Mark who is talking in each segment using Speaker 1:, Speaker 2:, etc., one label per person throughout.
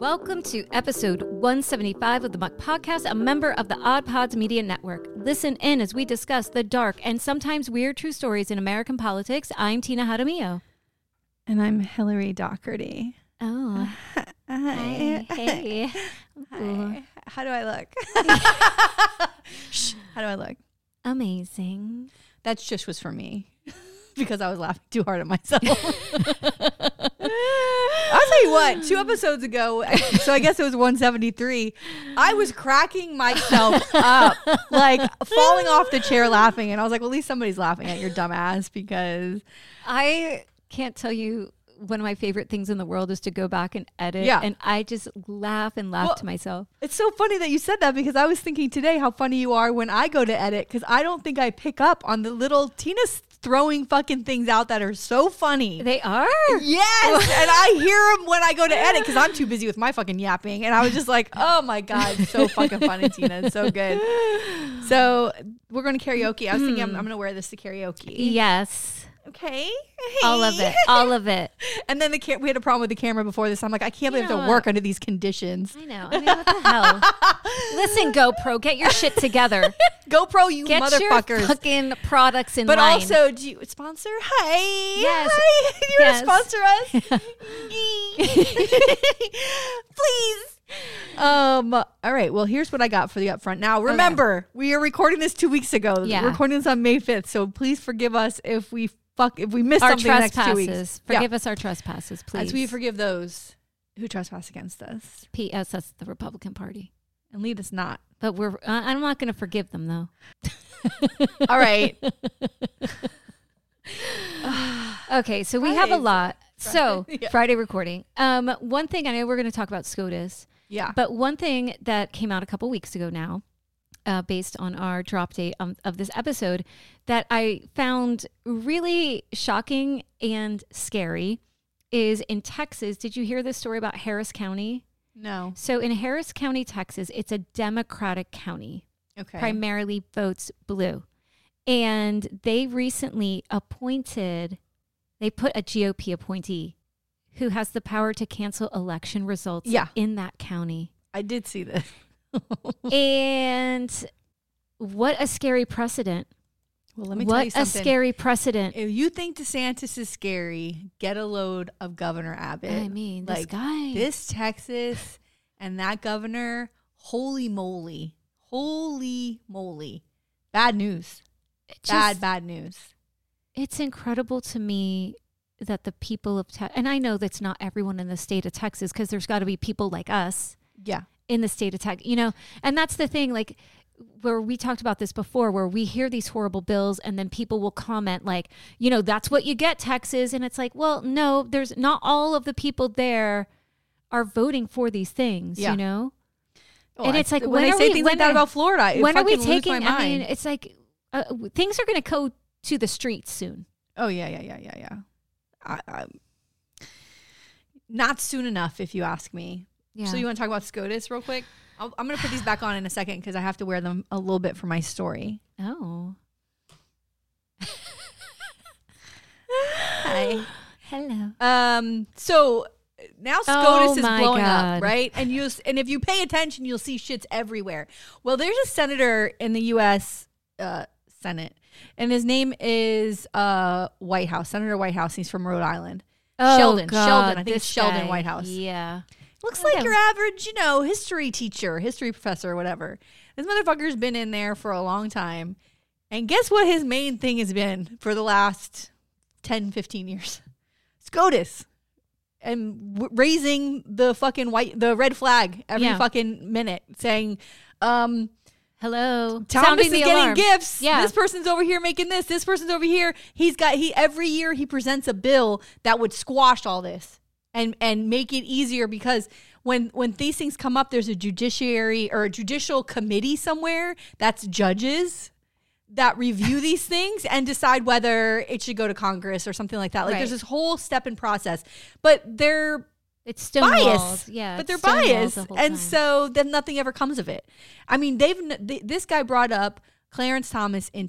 Speaker 1: Welcome to episode 175 of the Muck Podcast, a member of the Odd Pods Media Network. Listen in as we discuss the dark and sometimes weird true stories in American politics. I'm Tina Jaramillo.
Speaker 2: And I'm Hillary Doherty.
Speaker 1: Oh,
Speaker 2: Hi.
Speaker 1: hey. Ooh,
Speaker 2: Hi. How do I look? Shh. How do I look?
Speaker 1: amazing.
Speaker 2: That shush was for me because I was laughing too hard at myself. I'll tell you what, two episodes ago, so I guess it was 173, I was cracking myself up, like falling off the chair laughing. And I was like, well, at least somebody's laughing at your dumb ass because
Speaker 1: I can't tell you one of my favorite things in the world is to go back and edit.
Speaker 2: Yeah.
Speaker 1: And I just laugh and laugh
Speaker 2: Well-
Speaker 1: to myself.
Speaker 2: It's so funny that you said that because I was thinking today how funny you are when I go to edit because I don't think I pick up on the little Tina's throwing fucking things out that are so funny.
Speaker 1: They are.
Speaker 2: yes, and I hear them when I go to edit because I'm too busy with my fucking yapping. And I was just like, oh my god, it's so fucking funny, Tina, it's so good. So we're going to karaoke. I was thinking I'm, I'm going to wear this to karaoke.
Speaker 1: Yes.
Speaker 2: Okay,
Speaker 1: All of Mm. it. All of it.
Speaker 2: and then the ca- we had a problem with the camera before this. I'm like, I can't believe I have
Speaker 1: Yeah.
Speaker 2: to work under these conditions.
Speaker 1: I know. I mean, what the hell? Listen, GoPro, get your shit together.
Speaker 2: GoPro, you
Speaker 1: Get
Speaker 2: motherfuckers.
Speaker 1: your fucking products in
Speaker 2: But
Speaker 1: line.
Speaker 2: also, do you sponsor? Hi,
Speaker 1: Yes.
Speaker 2: hi. Do you
Speaker 1: Yes.
Speaker 2: want to sponsor us? Please. Um. All right. Well, here's what I got for the upfront. Now, remember, we are recording this two weeks ago.
Speaker 1: Yeah.
Speaker 2: We're recording this on May 5th, so please forgive us if we fuck if we miss
Speaker 1: our
Speaker 2: something the next two weeks.
Speaker 1: trespasses. Forgive us our trespasses,
Speaker 2: yeah.
Speaker 1: please.
Speaker 2: as we forgive those who trespass against us,
Speaker 1: P.S. That's the Republican Party.
Speaker 2: and lead us not.
Speaker 1: But we're. Uh, I'm not going to forgive them though.
Speaker 2: All right.
Speaker 1: Okay, so we have a
Speaker 2: Fridays.
Speaker 1: lot. So
Speaker 2: Yeah.
Speaker 1: Friday recording. Um, one thing I know we're going to talk about SCOTUS,
Speaker 2: Yeah.
Speaker 1: but one thing that came out a couple weeks ago now, uh, based on our drop date um, of this episode, that I found really shocking and scary, is in Texas. Did you hear this story about Harris County?
Speaker 2: no.
Speaker 1: So in Harris County, Texas, it's a Democratic county,
Speaker 2: Okay.
Speaker 1: primarily votes blue. And they recently appointed, they put a GOP appointee who has the power to cancel election results
Speaker 2: Yeah.
Speaker 1: in that county.
Speaker 2: I did see this. well,
Speaker 1: and what a scary precedent.
Speaker 2: let me tell
Speaker 1: what
Speaker 2: you
Speaker 1: a
Speaker 2: something.
Speaker 1: scary precedent.
Speaker 2: If you think DeSantis is scary, get a load of Governor Abbott.
Speaker 1: I mean, this
Speaker 2: like,
Speaker 1: guy.
Speaker 2: This Texas and that governor, holy moly. Holy moly. Bad news.
Speaker 1: It
Speaker 2: bad,
Speaker 1: just-
Speaker 2: bad news.
Speaker 1: it's incredible to me that the people of Texas, and I know that's not everyone in the state of Texas because there's got to be people like us
Speaker 2: Yeah.
Speaker 1: in the state of Texas, you know, and that's the thing, like where we talked about this before, where we hear these horrible bills and then people will comment like, you know, that's what you get, Texas. And it's like, well, no, there's not all of the people there are voting for these things,
Speaker 2: Yeah.
Speaker 1: you know?
Speaker 2: Oh,
Speaker 1: And
Speaker 2: I-
Speaker 1: it's like,
Speaker 2: when
Speaker 1: when
Speaker 2: they
Speaker 1: are
Speaker 2: say
Speaker 1: we-
Speaker 2: things
Speaker 1: when
Speaker 2: like that
Speaker 1: are-
Speaker 2: about Florida, I
Speaker 1: when are we
Speaker 2: fucking lose
Speaker 1: taking,
Speaker 2: my
Speaker 1: I mean,
Speaker 2: mind.
Speaker 1: it's like uh, w- things are going to go to the streets soon.
Speaker 2: oh, yeah, yeah, yeah, yeah, yeah. I, I, not soon enough, if you ask me.
Speaker 1: Yeah.
Speaker 2: So you want to talk about SCOTUS real quick? I'll, I'm going to put these back on in a second because I have to wear them a little bit for my story.
Speaker 1: oh,
Speaker 2: Hi.
Speaker 1: hello.
Speaker 2: Um. So now
Speaker 1: Oh
Speaker 2: SCOTUS is
Speaker 1: my
Speaker 2: blowing
Speaker 1: God.
Speaker 2: up, right? And you and if you pay attention, you'll see shits everywhere. Well, there's a senator in the U.S. Uh, Senate, and his name is uh White House Senator White House. He's from Rhode Island. Sheldon, Sheldon, I think it's
Speaker 1: Oh, this
Speaker 2: Sheldon
Speaker 1: guy.
Speaker 2: White House.
Speaker 1: Oh, Yeah.
Speaker 2: Looks
Speaker 1: Okay.
Speaker 2: like your average, you know, history teacher, history professor, whatever. This motherfucker's been in there for a long time. And guess what his main thing has been for the last 10, 15 years? SCOTUS. And w- raising the fucking white, the red flag every
Speaker 1: Yeah.
Speaker 2: fucking minute, saying, um,
Speaker 1: Hello.
Speaker 2: Thomas
Speaker 1: Sounding
Speaker 2: is
Speaker 1: the
Speaker 2: getting
Speaker 1: alarm.
Speaker 2: gifts.
Speaker 1: Yeah.
Speaker 2: This person's over here making this. This person's over here. He's got he every year he presents a bill that would squash all this and and make it easier because when when these things come up, there's a judiciary or a judicial committee somewhere that's judges that review these things and decide whether it should go to Congress or something like that. Like there's
Speaker 1: Right.
Speaker 2: this whole step in process. But they're
Speaker 1: It's still
Speaker 2: bias.
Speaker 1: Yeah,
Speaker 2: but
Speaker 1: it's
Speaker 2: they're
Speaker 1: stonewalled
Speaker 2: biased,
Speaker 1: the whole
Speaker 2: and
Speaker 1: time.
Speaker 2: so then nothing ever comes of it. I mean, they've n- th- this guy brought up Clarence Thomas in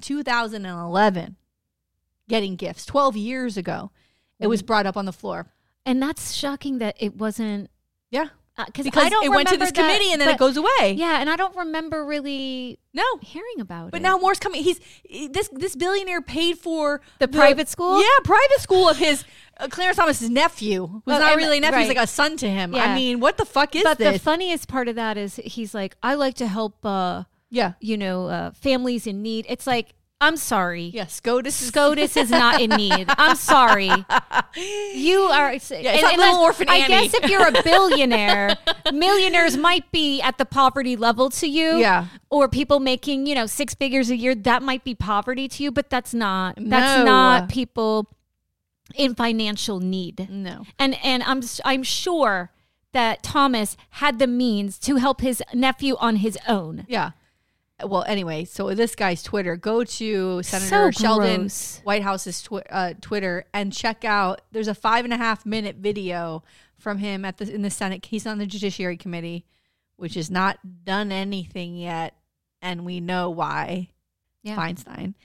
Speaker 2: 2011, getting gifts 12 years ago. It was brought up on the floor.
Speaker 1: and that's shocking that it wasn't
Speaker 2: Yeah,
Speaker 1: uh,
Speaker 2: because
Speaker 1: I don't
Speaker 2: it went to
Speaker 1: remember
Speaker 2: this
Speaker 1: that-
Speaker 2: committee and then it
Speaker 1: but-
Speaker 2: goes away.
Speaker 1: Yeah, and I don't remember really
Speaker 2: No.
Speaker 1: hearing about
Speaker 2: But
Speaker 1: it.
Speaker 2: now more's coming. He's this this billionaire paid for
Speaker 1: The private school?
Speaker 2: Yeah, private school of his uh, Clarence Thomas's nephew was
Speaker 1: Well,
Speaker 2: not
Speaker 1: and-
Speaker 2: really a nephew. He's
Speaker 1: right.
Speaker 2: like a son to him. I
Speaker 1: Yeah.
Speaker 2: mean, what the fuck is
Speaker 1: but
Speaker 2: this?
Speaker 1: the funniest part of that is he's like, I like to help, uh,
Speaker 2: yeah,
Speaker 1: you know, uh, families in need. It's like, I'm sorry.
Speaker 2: yeah. SCOTUS. is-
Speaker 1: SCOTUS is not in need. I'm sorry. You are. it's
Speaker 2: not Little Orphan
Speaker 1: I
Speaker 2: Annie.
Speaker 1: guess if you're a billionaire, millionaires might be at the poverty level to you.
Speaker 2: Yeah.
Speaker 1: Or people making, you know, six figures a year, that might be poverty to you, but that's not. That's
Speaker 2: No.
Speaker 1: not people in financial need.
Speaker 2: No.
Speaker 1: And and I'm s- I'm sure that Thomas had the means to help his nephew on his own.
Speaker 2: Yeah. Well, anyway, so this guy's Twitter. Go to Senator Sheldon
Speaker 1: gross.
Speaker 2: White House's twi- uh, Twitter and check out. There's a five and a half minute video from him at the in the Senate. He's on the Judiciary Committee, which has not done anything yet, and we know why.
Speaker 1: Yeah.
Speaker 2: Feinstein.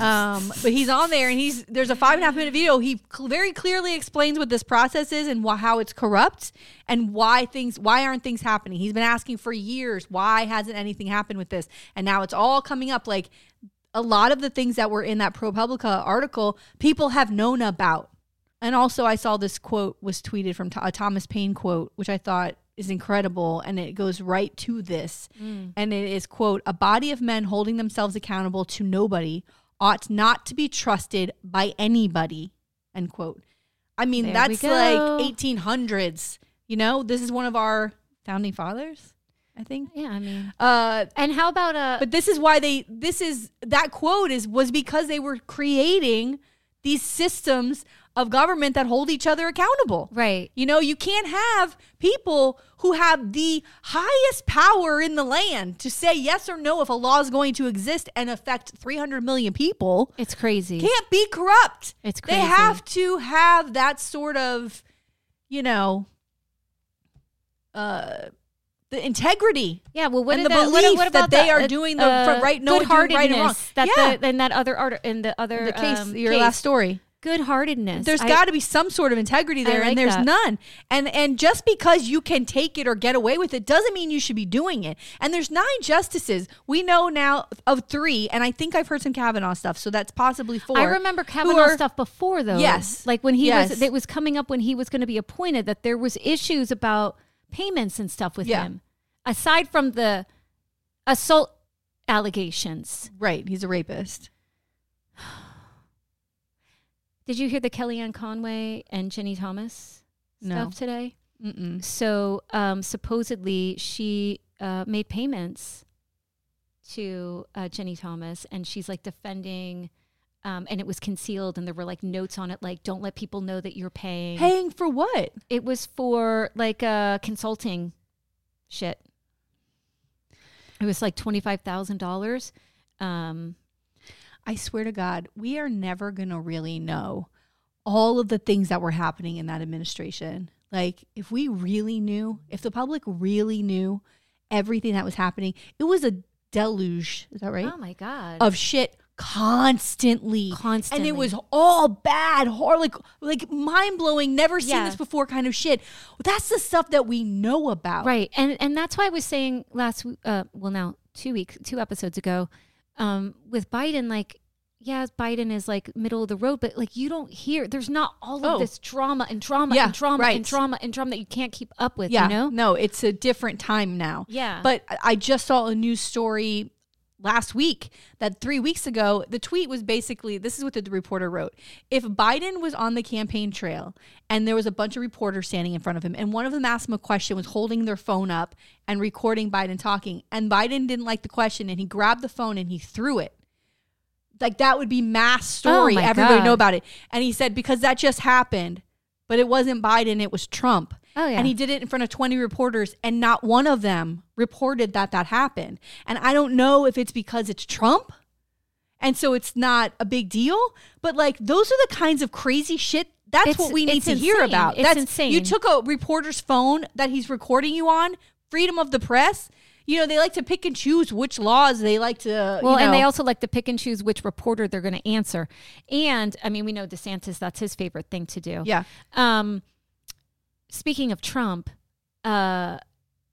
Speaker 2: um, but he's on there, and he's there's a five and a half minute video. He cl- very clearly explains what this process is and wh- how it's corrupt and why things why aren't things happening. He's been asking for years why hasn't anything happened with this, and now it's all coming up. Like a lot of the things that were in that ProPublica article, people have known about. And also, I saw this quote was tweeted from Tho- a Thomas Paine quote, which I thought is incredible, and it goes right to this.
Speaker 1: Mm.
Speaker 2: And it is quote: "A body of men holding themselves accountable to nobody ought not to be trusted by anybody." End quote. I mean,
Speaker 1: There we
Speaker 2: that's
Speaker 1: go.
Speaker 2: like 1800s. You know, this is one of our founding fathers, I think.
Speaker 1: Yeah, I mean.
Speaker 2: Uh,
Speaker 1: And how about uh
Speaker 2: but this is why they this is that quote is was because they were creating these systems of government that hold each other accountable.
Speaker 1: right.
Speaker 2: You know, you can't have people who have the highest power in the land to say yes or no if a law is going to exist and affect 300 million people
Speaker 1: It's crazy.
Speaker 2: can't be corrupt.
Speaker 1: It's
Speaker 2: They
Speaker 1: crazy.
Speaker 2: have to have that sort of, you know, uh, the integrity.
Speaker 1: Yeah, well, what
Speaker 2: and
Speaker 1: did
Speaker 2: the
Speaker 1: that, what-
Speaker 2: belief
Speaker 1: what about
Speaker 2: that they are doing the- from right- no, doing right and wrong.
Speaker 1: good-heartedness That
Speaker 2: Yeah.
Speaker 1: the, in that other art in the other
Speaker 2: The case,
Speaker 1: um,
Speaker 2: your
Speaker 1: case.
Speaker 2: last story.
Speaker 1: good-heartedness.
Speaker 2: There's
Speaker 1: I-
Speaker 2: got to be some sort of integrity there,
Speaker 1: like
Speaker 2: and there's
Speaker 1: that.
Speaker 2: none. And and just because you can take it or get away with it doesn't mean you should be doing it. And there's nine justices. We know now of three, and I think I've heard some Kavanaugh stuff, so that's possibly four.
Speaker 1: I remember
Speaker 2: who
Speaker 1: Kavanaugh
Speaker 2: are-
Speaker 1: stuff before though.
Speaker 2: Yes.
Speaker 1: like when he
Speaker 2: Yes.
Speaker 1: was, it was coming up when he was going to be appointed that there was issues about payments and stuff with
Speaker 2: Yeah.
Speaker 1: him. Aside from the assault allegations,
Speaker 2: Right, he's a rapist.
Speaker 1: did you hear the Kellyanne Conway and Jenny Thomas
Speaker 2: No.
Speaker 1: stuff today?
Speaker 2: Mm-mm.
Speaker 1: So um, supposedly she uh, made payments to uh, Jenny Thomas, and she's like defending, um, and it was concealed, and there were like notes on it, like "Don't let people know that you're paying."
Speaker 2: Paying for what?
Speaker 1: It was for like uh, consulting shit. It was like twenty five thousand dollars. Um,
Speaker 2: I swear to God, we are never going to really know all of the things that were happening in that administration. Like, if we really knew, if the public really knew everything that was happening, it was a deluge. Is that right?
Speaker 1: Oh my god!
Speaker 2: of shit constantly.
Speaker 1: Constantly.
Speaker 2: And it was all bad, hor like, like mind blowing, never seen
Speaker 1: Yeah.
Speaker 2: this before kind of shit. That's the stuff that we know about.
Speaker 1: Right, and and that's why I was saying last, w- uh, well, now two weeks, two episodes ago, um, with Biden, like, yeah, Biden is like middle of the road, but like you don't hear, there's not all
Speaker 2: Oh.
Speaker 1: of this drama and drama
Speaker 2: Yeah,
Speaker 1: and drama
Speaker 2: right.
Speaker 1: and drama and drama that you can't keep up with,
Speaker 2: Yeah.
Speaker 1: you know?
Speaker 2: No, it's a different time now.
Speaker 1: Yeah.
Speaker 2: But I- I just saw a news story last week that three weeks ago, the tweet was basically this is what the reporter wrote. If Biden was on the campaign trail and there was a bunch of reporters standing in front of him, and one of them asked him a question, was holding their phone up and recording Biden talking, and Biden didn't like the question and he grabbed the phone and he threw it. Like that would be mass story.
Speaker 1: Oh my
Speaker 2: Everybody know
Speaker 1: God.
Speaker 2: about it. And he said, because that just happened, but it wasn't Biden, it was Trump.
Speaker 1: Oh, yeah.
Speaker 2: And he did it in front of 20 reporters, and not one of them reported that that happened. And I don't know if it's because it's Trump. And so it's not a big deal, but like those are the kinds of crazy shit. That's
Speaker 1: It's-
Speaker 2: what we need
Speaker 1: it's
Speaker 2: to hear
Speaker 1: insane.
Speaker 2: about.
Speaker 1: It's
Speaker 2: That's
Speaker 1: insane.
Speaker 2: You took a reporter's phone that he's recording you on, freedom of the press. You know, they like to pick and choose which laws they like to.
Speaker 1: Well,
Speaker 2: you know,
Speaker 1: and they also like to pick and choose which reporter they're going to answer. And I mean, we know DeSantis, that's his favorite thing to do.
Speaker 2: Yeah.
Speaker 1: Um, speaking of Trump, uh,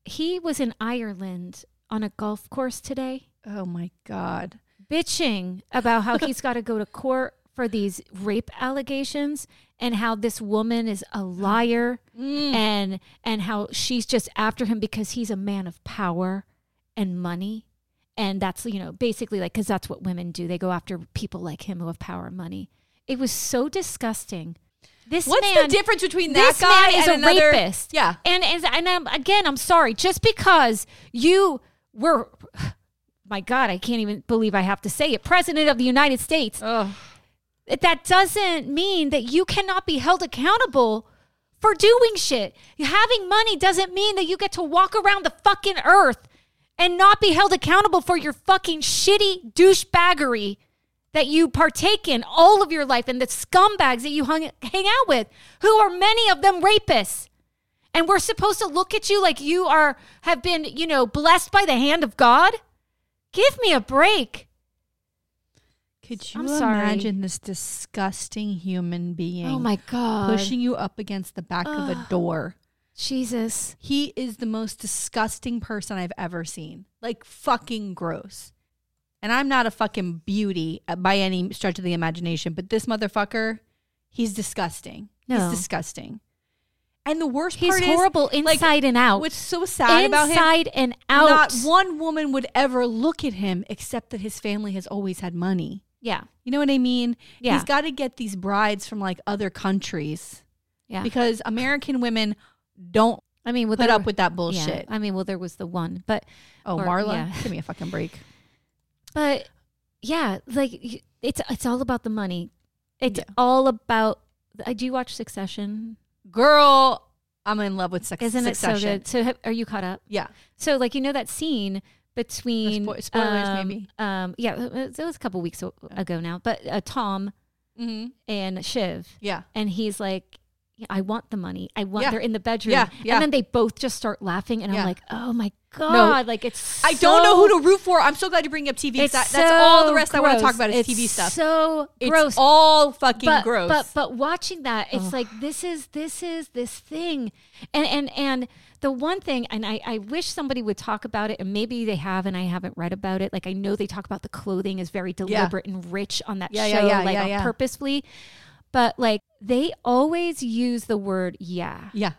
Speaker 1: he was in Ireland on a golf course today,
Speaker 2: Oh my God.
Speaker 1: bitching about how he's got to go to court for these rape allegations and how this woman is a liar
Speaker 2: Mm.
Speaker 1: and and how she's just after him because he's a man of power and money and that's you know basically like cuz that's what women do they go after people like him who have power and money it was so disgusting this
Speaker 2: What's
Speaker 1: man
Speaker 2: the difference between that
Speaker 1: this
Speaker 2: guy
Speaker 1: man is
Speaker 2: and
Speaker 1: a
Speaker 2: another?
Speaker 1: rapist.
Speaker 2: Yeah.
Speaker 1: and and, and um, again, I'm sorry. Just because you were, my God, I can't even believe I have to say it, President of the United States.
Speaker 2: Ugh.
Speaker 1: That doesn't mean that you cannot be held accountable for doing shit. Having money doesn't mean that you get to walk around the fucking earth and not be held accountable for your fucking shitty douchebaggery that you partake in all of your life and the scumbags that you hung, hang out with, who are many of them rapists. And we're supposed to look at you like you are have been, you know, blessed by the hand of God? Give me a break.
Speaker 2: Could you
Speaker 1: I'm sorry.
Speaker 2: imagine this disgusting human being
Speaker 1: Oh my God.
Speaker 2: pushing you up against the back of a door?
Speaker 1: Jesus.
Speaker 2: He is the most disgusting person I've ever seen. Like fucking gross. And I'm not a fucking beauty uh, by any stretch of the imagination, but this motherfucker, he's disgusting.
Speaker 1: No.
Speaker 2: He's disgusting. And the worst
Speaker 1: He's
Speaker 2: part
Speaker 1: horrible
Speaker 2: is like,
Speaker 1: inside and out.
Speaker 2: What's so sad about him
Speaker 1: Inside and out.
Speaker 2: Not one woman would ever look at him except that his family has always had money.
Speaker 1: Yeah.
Speaker 2: You know what I mean?
Speaker 1: Yeah.
Speaker 2: He's got to get these brides from like other countries
Speaker 1: Yeah.
Speaker 2: because American women don't
Speaker 1: I mean, well,
Speaker 2: put
Speaker 1: there
Speaker 2: up
Speaker 1: were-
Speaker 2: with that
Speaker 1: yeah.
Speaker 2: bullshit.
Speaker 1: I mean, well, there was the one, but
Speaker 2: oh,
Speaker 1: or-
Speaker 2: Marla,
Speaker 1: yeah.
Speaker 2: give me a fucking break.
Speaker 1: But yeah, like y- it's it's all about the money. It's all about. Uh, do you watch Succession?
Speaker 2: Girl, I'm in love with suc-
Speaker 1: Isn't
Speaker 2: Succession.
Speaker 1: it so good? So ha- are you caught up?
Speaker 2: Yeah.
Speaker 1: So like you know that scene between
Speaker 2: Spo- spoilers,
Speaker 1: um,
Speaker 2: maybe.
Speaker 1: Um, yeah, it was- it was a couple weeks a- ago now, but uh, Tom
Speaker 2: Mm-hmm.
Speaker 1: and Shiv,
Speaker 2: Yeah.
Speaker 1: and he's like. "Yeah, I want the money. I want.
Speaker 2: Yeah.
Speaker 1: They're in the bedroom,
Speaker 2: Yeah, yeah.
Speaker 1: and then they both just start laughing, and
Speaker 2: Yeah.
Speaker 1: I'm like, "Oh my god!" Like it's.
Speaker 2: I don't know
Speaker 1: so
Speaker 2: who to root for. I'm so glad you're bringing up TV. That, that's all the
Speaker 1: so
Speaker 2: rest I want to
Speaker 1: gross.
Speaker 2: talk about is
Speaker 1: It's
Speaker 2: TV stuff.
Speaker 1: So
Speaker 2: it's
Speaker 1: gross.
Speaker 2: all fucking
Speaker 1: but,
Speaker 2: gross.
Speaker 1: But but watching that, it's like this is this is this thing, and and and the one thing, and I I wish somebody would talk about it, and maybe they have, and I haven't read about it. Like I know they talk about the clothing is very deliberate and rich on that
Speaker 2: Yeah, yeah,
Speaker 1: show,
Speaker 2: yeah,
Speaker 1: like
Speaker 2: yeah,
Speaker 1: on
Speaker 2: yeah.
Speaker 1: purposefully, but like they always use the word yeah,
Speaker 2: yeah.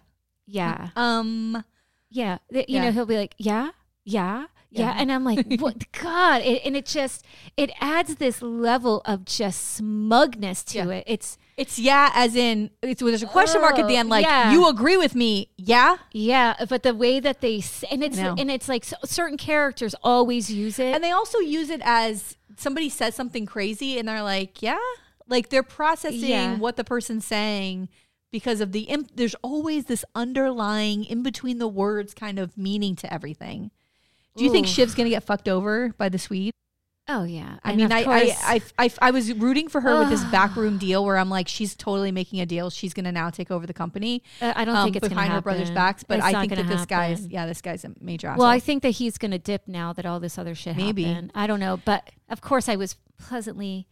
Speaker 1: yeah,
Speaker 2: Um.
Speaker 1: yeah. Th- you
Speaker 2: Yeah.
Speaker 1: know, he'll be like, yeah, yeah, yeah.
Speaker 2: Yeah.
Speaker 1: And I'm like, what? God. It, and it just, it adds this level of just smugness to
Speaker 2: Yeah.
Speaker 1: it. It's,
Speaker 2: It's yeah, as in it's there's a question mark at the
Speaker 1: Oh,
Speaker 2: end, like
Speaker 1: yeah.
Speaker 2: you agree with me, yeah.
Speaker 1: yeah. But the way that they, s- and it's,
Speaker 2: know.
Speaker 1: and it's like so, certain characters always use it.
Speaker 2: And they also use it as somebody says something crazy and they're like, yeah. Like they're processing
Speaker 1: Yeah.
Speaker 2: what the person's saying because of the imp- there's always this underlying in between the words kind of meaning to everything. Do you think
Speaker 1: Ooh.
Speaker 2: Shiv's gonna get fucked over by the Swede?
Speaker 1: oh yeah.
Speaker 2: I
Speaker 1: And
Speaker 2: mean,
Speaker 1: of
Speaker 2: I,
Speaker 1: course-
Speaker 2: I, I, I, I was rooting for her with this backroom deal where I'm like, she's totally making a deal. She's gonna now take over the company.
Speaker 1: uh, I don't
Speaker 2: um,
Speaker 1: think it's
Speaker 2: behind
Speaker 1: gonna
Speaker 2: her brother's
Speaker 1: happen.
Speaker 2: backs, but
Speaker 1: It's
Speaker 2: I
Speaker 1: not
Speaker 2: think that
Speaker 1: gonna
Speaker 2: this guy is
Speaker 1: happen.
Speaker 2: yeah, this guy's a major asshole.
Speaker 1: Well, I think that he's going to dip now that all this other shit
Speaker 2: Maybe.
Speaker 1: happened. I don't know, but of course, I was pleasantly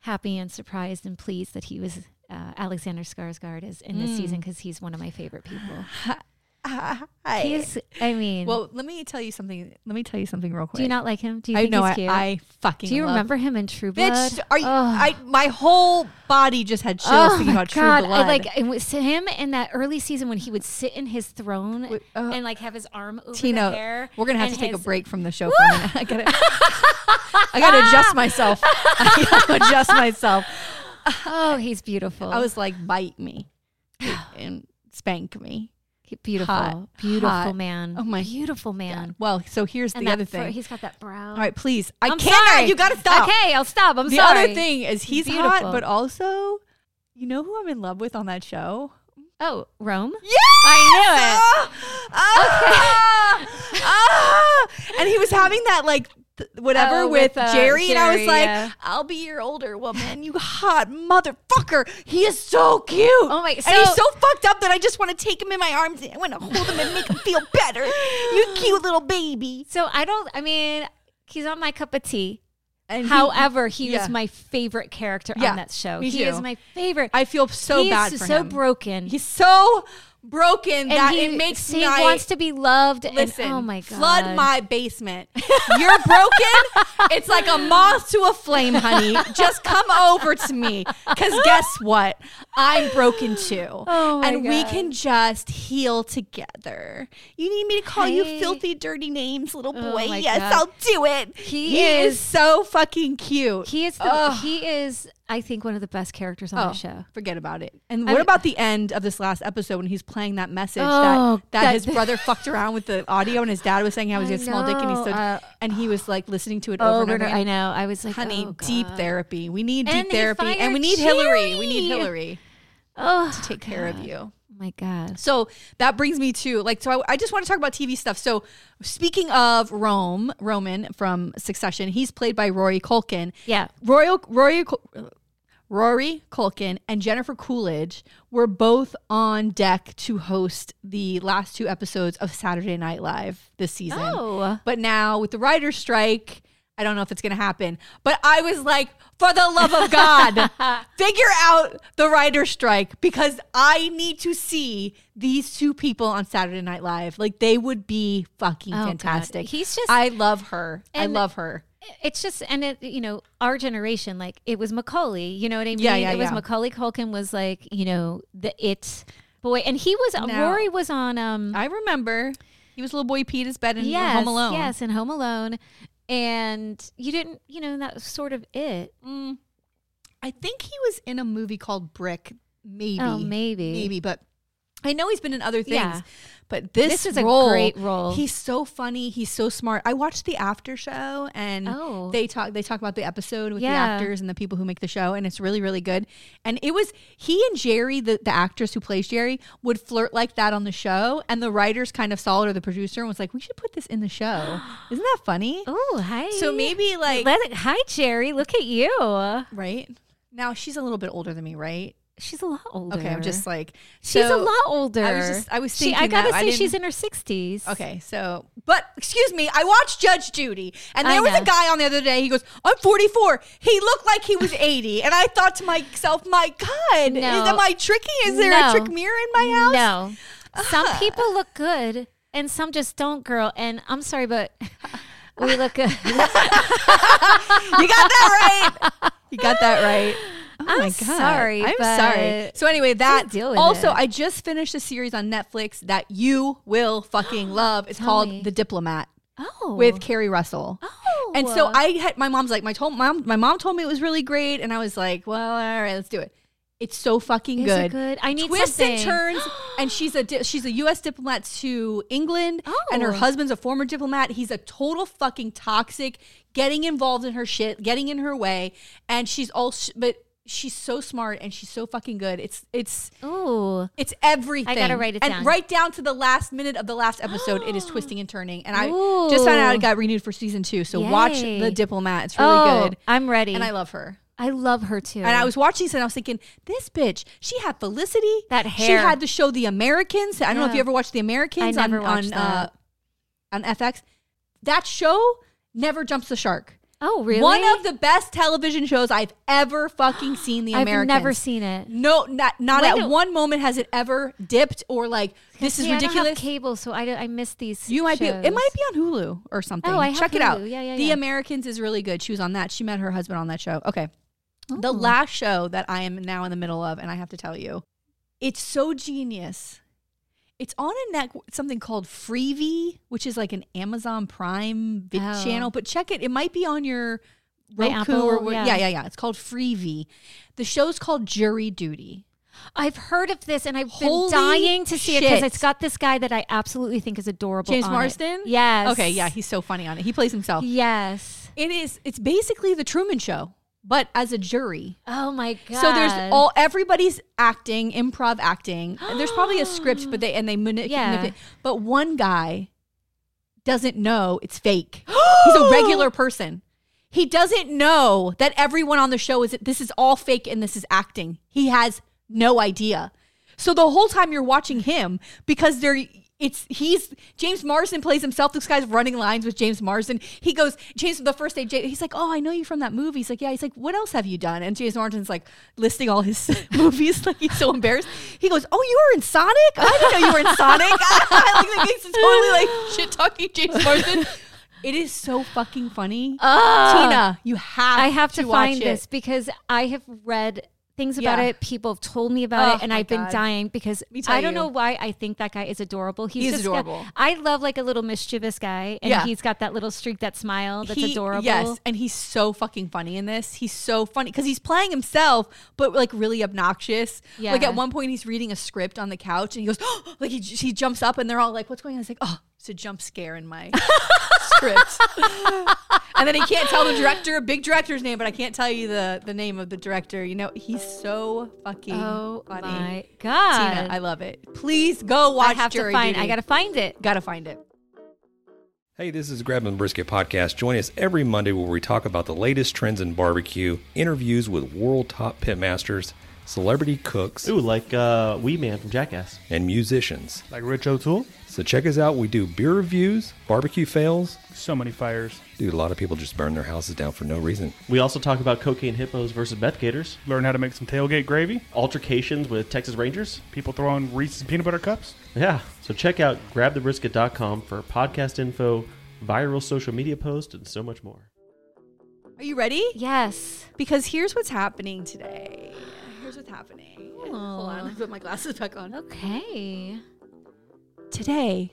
Speaker 1: happy and surprised and pleased that he was uh, Alexander Skarsgård is in this season because he's one of my favorite people.
Speaker 2: Hi.
Speaker 1: He's, I mean,
Speaker 2: well, let me tell you something. Let me tell you something real quick.
Speaker 1: do you not like him? Do you
Speaker 2: I
Speaker 1: think
Speaker 2: know.
Speaker 1: he's
Speaker 2: I,
Speaker 1: cute?
Speaker 2: I fucking.
Speaker 1: do you
Speaker 2: love-
Speaker 1: remember him in True Blood?
Speaker 2: Bitch, are you?
Speaker 1: Oh.
Speaker 2: I my whole body just had chills
Speaker 1: Oh
Speaker 2: thinking
Speaker 1: my
Speaker 2: about
Speaker 1: god! I,
Speaker 2: True Blood.
Speaker 1: like it was him in that early season when he would sit in his throne
Speaker 2: Wait, uh,
Speaker 1: and like have his arm over
Speaker 2: Tina,
Speaker 1: the hair.
Speaker 2: we're gonna have
Speaker 1: and
Speaker 2: to take a
Speaker 1: his-
Speaker 2: break from the show for a minute. I gotta, I gotta adjust myself. I gotta adjust myself.
Speaker 1: Oh, he's beautiful.
Speaker 2: I was like, bite me, and spank me.
Speaker 1: Beautiful,
Speaker 2: Hot,
Speaker 1: beautiful
Speaker 2: hot.
Speaker 1: man.
Speaker 2: Oh my
Speaker 1: beautiful man.
Speaker 2: God. Well, so here's
Speaker 1: And
Speaker 2: the
Speaker 1: that
Speaker 2: other
Speaker 1: fro-
Speaker 2: thing.
Speaker 1: he's got that brow.
Speaker 2: All right, please. I
Speaker 1: I'm
Speaker 2: cannot.
Speaker 1: sorry.
Speaker 2: You gotta stop.
Speaker 1: Okay, I'll stop. I'm
Speaker 2: the
Speaker 1: sorry.
Speaker 2: other thing is he's hot,
Speaker 1: beautiful.
Speaker 2: but also, you know who I'm in love with on that show?
Speaker 1: Oh, Rome.
Speaker 2: Yeah, I knew it. Ah, ah. and he was having that like th- whatever
Speaker 1: Oh,
Speaker 2: with,
Speaker 1: with, uh,
Speaker 2: Jerry, and I was
Speaker 1: Jerry,
Speaker 2: like,
Speaker 1: yeah.
Speaker 2: "I'll be your older woman, you hot motherfucker." He is so cute. Oh
Speaker 1: my-
Speaker 2: and he's
Speaker 1: so-
Speaker 2: so fucked up that I just want to take him in my arms and I want to hold him and make him feel better. You cute little baby.
Speaker 1: So I don't. I mean, he's not my cup of tea.
Speaker 2: And he-
Speaker 1: However, he
Speaker 2: yeah.
Speaker 1: is my favorite character
Speaker 2: Yeah,
Speaker 1: on that show.
Speaker 2: me
Speaker 1: he
Speaker 2: too.
Speaker 1: is my favorite.
Speaker 2: I feel so
Speaker 1: he's
Speaker 2: bad for
Speaker 1: so
Speaker 2: him.
Speaker 1: broken.
Speaker 2: He's so broken that
Speaker 1: he-
Speaker 2: it makes
Speaker 1: Sid
Speaker 2: my
Speaker 1: wants to be loved.
Speaker 2: listen.
Speaker 1: and, oh my god,
Speaker 2: flood my basement. You're broken. it's like a moth to a flame, honey. Just come over to me, because guess what? I'm broken too,
Speaker 1: Oh my
Speaker 2: and we
Speaker 1: God.
Speaker 2: can just heal together. You need me to call
Speaker 1: Hey.
Speaker 2: you filthy, dirty names, little
Speaker 1: Oh
Speaker 2: boy?
Speaker 1: my
Speaker 2: yes,
Speaker 1: God.
Speaker 2: I'll do it.
Speaker 1: He is-
Speaker 2: so fucking cute.
Speaker 1: He is the,
Speaker 2: Ugh.
Speaker 1: he is I think one of the best characters on
Speaker 2: Oh,
Speaker 1: the show.
Speaker 2: forget about it. And
Speaker 1: I
Speaker 2: what
Speaker 1: mean-
Speaker 2: about the end of this last episode when he's playing that message
Speaker 1: Oh,
Speaker 2: that, that,
Speaker 1: that-
Speaker 2: his brother fucked around with the audio and his dad was saying how he's
Speaker 1: I
Speaker 2: a small dick and he
Speaker 1: know,
Speaker 2: stood
Speaker 1: uh,
Speaker 2: and he was like listening to it
Speaker 1: Oh,
Speaker 2: over and over.
Speaker 1: I
Speaker 2: again.
Speaker 1: know. I was like,
Speaker 2: Honey,
Speaker 1: oh,
Speaker 2: deep
Speaker 1: God.
Speaker 2: therapy. We need deep
Speaker 1: And they
Speaker 2: therapy, and we
Speaker 1: fired
Speaker 2: need Hillary. We need
Speaker 1: Jerry.
Speaker 2: Hillary
Speaker 1: Oh,
Speaker 2: to take care of you.
Speaker 1: my God.
Speaker 2: So that brings me to like, so I, I just want to talk about TV stuff. So speaking of Rome, Roman from Succession, he's played by Rory Culkin.
Speaker 1: Yeah.
Speaker 2: Royal Rory Cul- Rory Culkin and Jennifer Coolidge were both on deck to host the last two episodes of Saturday Night Live this season.
Speaker 1: Oh.
Speaker 2: But now with the writer's strike, I don't know if it's going to happen. But I was like, for the love of God, figure out the writer's strike because I need to see these two people on Saturday Night Live. Like they would be fucking
Speaker 1: Oh, God.
Speaker 2: fantastic.
Speaker 1: He's just-
Speaker 2: I love her. I
Speaker 1: And-
Speaker 2: love her.
Speaker 1: It's just, and it, you know, our generation, like it was Macaulay, you know what I mean?
Speaker 2: Yeah, yeah,
Speaker 1: it was
Speaker 2: yeah.
Speaker 1: Macaulay Culkin was like, you know, the it boy. And he was,
Speaker 2: Now-
Speaker 1: Rory was on, um,
Speaker 2: I remember. He was a little boy Pete his bed in
Speaker 1: yes,
Speaker 2: Home Alone.
Speaker 1: Yes, in Home Alone. And you didn't, you know, that was sort of it.
Speaker 2: Mm. I think he was in a movie called Brick, maybe.
Speaker 1: Oh, maybe.
Speaker 2: Maybe, but I know he's been in other things.
Speaker 1: Yeah.
Speaker 2: But this,
Speaker 1: This is a
Speaker 2: role,
Speaker 1: great role.
Speaker 2: He's so funny. He's so smart. I watched the after show and
Speaker 1: Oh.
Speaker 2: they talk they talk about the episode with
Speaker 1: Yeah.
Speaker 2: the actors and the people who make the show and it's really, really good. And it was he and Jerry, the, the actress who plays Jerry, would flirt like that on the show and the writers kind of saw it or the producer and was like, We should put this in the show. Isn't that funny?
Speaker 1: Oh, hi.
Speaker 2: So maybe like
Speaker 1: Let it, hi, Jerry. Look at you.
Speaker 2: right now she's a little bit older than me, right?
Speaker 1: She's a lot older.
Speaker 2: Okay, I'm just like
Speaker 1: She's a
Speaker 2: so-
Speaker 1: lot older.
Speaker 2: I was just- I was
Speaker 1: She, I
Speaker 2: thinking that.
Speaker 1: gotta
Speaker 2: I
Speaker 1: say, she's
Speaker 2: didn't-
Speaker 1: in her sixties.
Speaker 2: Okay, so but excuse me, I watched Judge Judy, and there
Speaker 1: I
Speaker 2: was
Speaker 1: know.
Speaker 2: a guy on the other day. He goes, "I'm 44." He looked like he was 80, and I thought to myself, "My God, is,
Speaker 1: No.
Speaker 2: am I tricky? Is there
Speaker 1: No.
Speaker 2: a trick mirror in my house?"
Speaker 1: No, some
Speaker 2: Uh-huh.
Speaker 1: people look good and some just don't, girl. And I'm sorry, but we look good.
Speaker 2: You got that right. You got that right. Oh
Speaker 1: I'm sorry,
Speaker 2: I'm
Speaker 1: but
Speaker 2: sorry. So anyway, that
Speaker 1: just deal with
Speaker 2: also
Speaker 1: it.
Speaker 2: I just finished a series on Netflix that you will fucking love. It's called
Speaker 1: me.
Speaker 2: The Diplomat
Speaker 1: oh,
Speaker 2: with Carrie Russell.
Speaker 1: oh,
Speaker 2: And so I had my mom's like my told mom my mom told me it was really great and I was like, well, all right, let's do it. It's so fucking
Speaker 1: Is it
Speaker 2: good.
Speaker 1: good? I need
Speaker 2: twists and
Speaker 1: something.
Speaker 2: turns. and she's a di- she's a U.S. diplomat to England, and
Speaker 1: Oh.
Speaker 2: her husband's a former diplomat. He's a total fucking toxic, getting involved in her shit, getting in her way, and she's all sh- but she's so smart and she's so fucking good. It's it's
Speaker 1: oh,
Speaker 2: it's everything.
Speaker 1: write it
Speaker 2: and
Speaker 1: down.
Speaker 2: right down to the last minute of the last episode, it is twisting and turning. And I just found out
Speaker 1: Ooh.
Speaker 2: it got renewed for season two. So watch
Speaker 1: Yay.
Speaker 2: The Diplomat. It's really
Speaker 1: oh,
Speaker 2: good.
Speaker 1: I'm ready.
Speaker 2: And I love her.
Speaker 1: I love her too.
Speaker 2: And I was watching this and I was thinking, this bitch, she had Felicity.
Speaker 1: That
Speaker 2: She
Speaker 1: hair.
Speaker 2: had the show The Americans. I don't know if
Speaker 1: Yeah.
Speaker 2: you ever watched The Americans
Speaker 1: I never
Speaker 2: on,
Speaker 1: watched
Speaker 2: on, uh,
Speaker 1: that.
Speaker 2: on FX. That show never jumps the shark.
Speaker 1: oh, really?
Speaker 2: One of the best television shows I've ever fucking seen. The
Speaker 1: I've
Speaker 2: Americans.
Speaker 1: never seen it.
Speaker 2: No, not not
Speaker 1: Why
Speaker 2: at
Speaker 1: do-
Speaker 2: one moment has it ever dipped or like this is
Speaker 1: See, I don't have
Speaker 2: ridiculous.
Speaker 1: cable, so I, don't- I miss these.
Speaker 2: You might be. It might
Speaker 1: shows.
Speaker 2: be on Hulu or something.
Speaker 1: Oh, I have
Speaker 2: check it out.
Speaker 1: Hulu. Yeah, yeah,
Speaker 2: the
Speaker 1: yeah.
Speaker 2: Americans is really good. She was on that. She met her husband on that show. Okay.
Speaker 1: Oh.
Speaker 2: The last show that I am now in the middle of, and I have to tell you, it's so genius. It's on a net something called Freevee, which is like an Amazon Prime vid-
Speaker 1: Oh.
Speaker 2: channel. But check it; it might be on your
Speaker 1: My
Speaker 2: Roku or
Speaker 1: Apple,
Speaker 2: what-
Speaker 1: yeah.
Speaker 2: yeah, yeah, yeah. It's called Freevee. The show's called Jury Duty.
Speaker 1: I've heard of this, and I've been
Speaker 2: Holy
Speaker 1: dying to see it because
Speaker 2: shit.
Speaker 1: it's got this guy that I absolutely think is adorable.
Speaker 2: James
Speaker 1: on it.
Speaker 2: Marsden?
Speaker 1: Yes.
Speaker 2: Okay, yeah, he's so funny on it. He plays himself.
Speaker 1: Yes.
Speaker 2: It is. It's basically the Truman Show, but as a jury.
Speaker 1: Oh my god.
Speaker 2: So there's all everybody's acting, improv acting. And there's probably a script, but they and they manipulate.
Speaker 1: Yeah.
Speaker 2: But one guy doesn't know it's fake. He's a regular person. He doesn't know that everyone on the show is this is all fake and this is acting. He has no idea. So the whole time you're watching him because they're It's he's James Marsden plays himself. This guy's running lines with James Marsden. He goes James the first day. James, he's like, oh, I know you from that movie. He's like, yeah. He's like, what else have you done? And James Marsden's like listing all his movies. Like he's so embarrassed. He goes, oh, you were in Sonic. I didn't know you were in Sonic. like the thing's totally like shit talking James Marsden. It is so fucking funny, Tina. You have
Speaker 1: Uh, I have to,
Speaker 2: watch
Speaker 1: find
Speaker 2: it.
Speaker 1: this because I have read things about
Speaker 2: Yeah.
Speaker 1: it. People have told me about
Speaker 2: Oh,
Speaker 1: it, and
Speaker 2: my
Speaker 1: I've been
Speaker 2: God.
Speaker 1: dying because
Speaker 2: Me tell
Speaker 1: I don't
Speaker 2: you.
Speaker 1: know why I think that guy is adorable. He's,
Speaker 2: He's
Speaker 1: just got-
Speaker 2: adorable.
Speaker 1: I love like a little mischievous guy, and
Speaker 2: Yeah.
Speaker 1: he's got that little streak, that smile, that's
Speaker 2: He-
Speaker 1: adorable.
Speaker 2: Yes, and he's so fucking funny in this. He's so funny because he's playing himself, but like really obnoxious.
Speaker 1: Yeah.
Speaker 2: Like at one point, he's reading a script on the couch, and he goes, oh, like he, he jumps up, and they're all like, "What's going on?" He's like, "Oh, it's a jump scare in my script." and then he can't tell the director, big director's name, but I can't tell you the the name of the director. You know, he's so fucking
Speaker 1: Oh
Speaker 2: funny.
Speaker 1: my god!
Speaker 2: Tina, I love it. Please go watch.
Speaker 1: I have to
Speaker 2: Jury
Speaker 1: find. I
Speaker 2: Duty.
Speaker 1: gotta find it.
Speaker 2: gotta find it.
Speaker 3: Hey, this is Grabbing the Brisket Podcast. Join us every Monday where we talk about the latest trends in barbecue, interviews with world top pitmasters, celebrity cooks,
Speaker 4: Ooh, like uh, Wee Man from Jackass.
Speaker 3: and musicians.
Speaker 5: Like Rich O'Toole?
Speaker 3: So check us out. We do beer reviews, barbecue fails.
Speaker 5: So many fires.
Speaker 3: Dude, a lot of people just burn their houses down for no reason.
Speaker 4: We also talk about cocaine hippos versus meth gators,
Speaker 5: Learn how to make some tailgate gravy.
Speaker 4: altercations with Texas Rangers.
Speaker 5: People throwing Reese's peanut butter cups.
Speaker 4: Yeah. So check out grabthebrisket.com for podcast info, viral social media posts, and so much more.
Speaker 2: Are you ready?
Speaker 1: Yes.
Speaker 2: Because here's what's happening today. Here's what's happening. Hold on, I put my glasses back on.
Speaker 1: Okay.
Speaker 2: Today,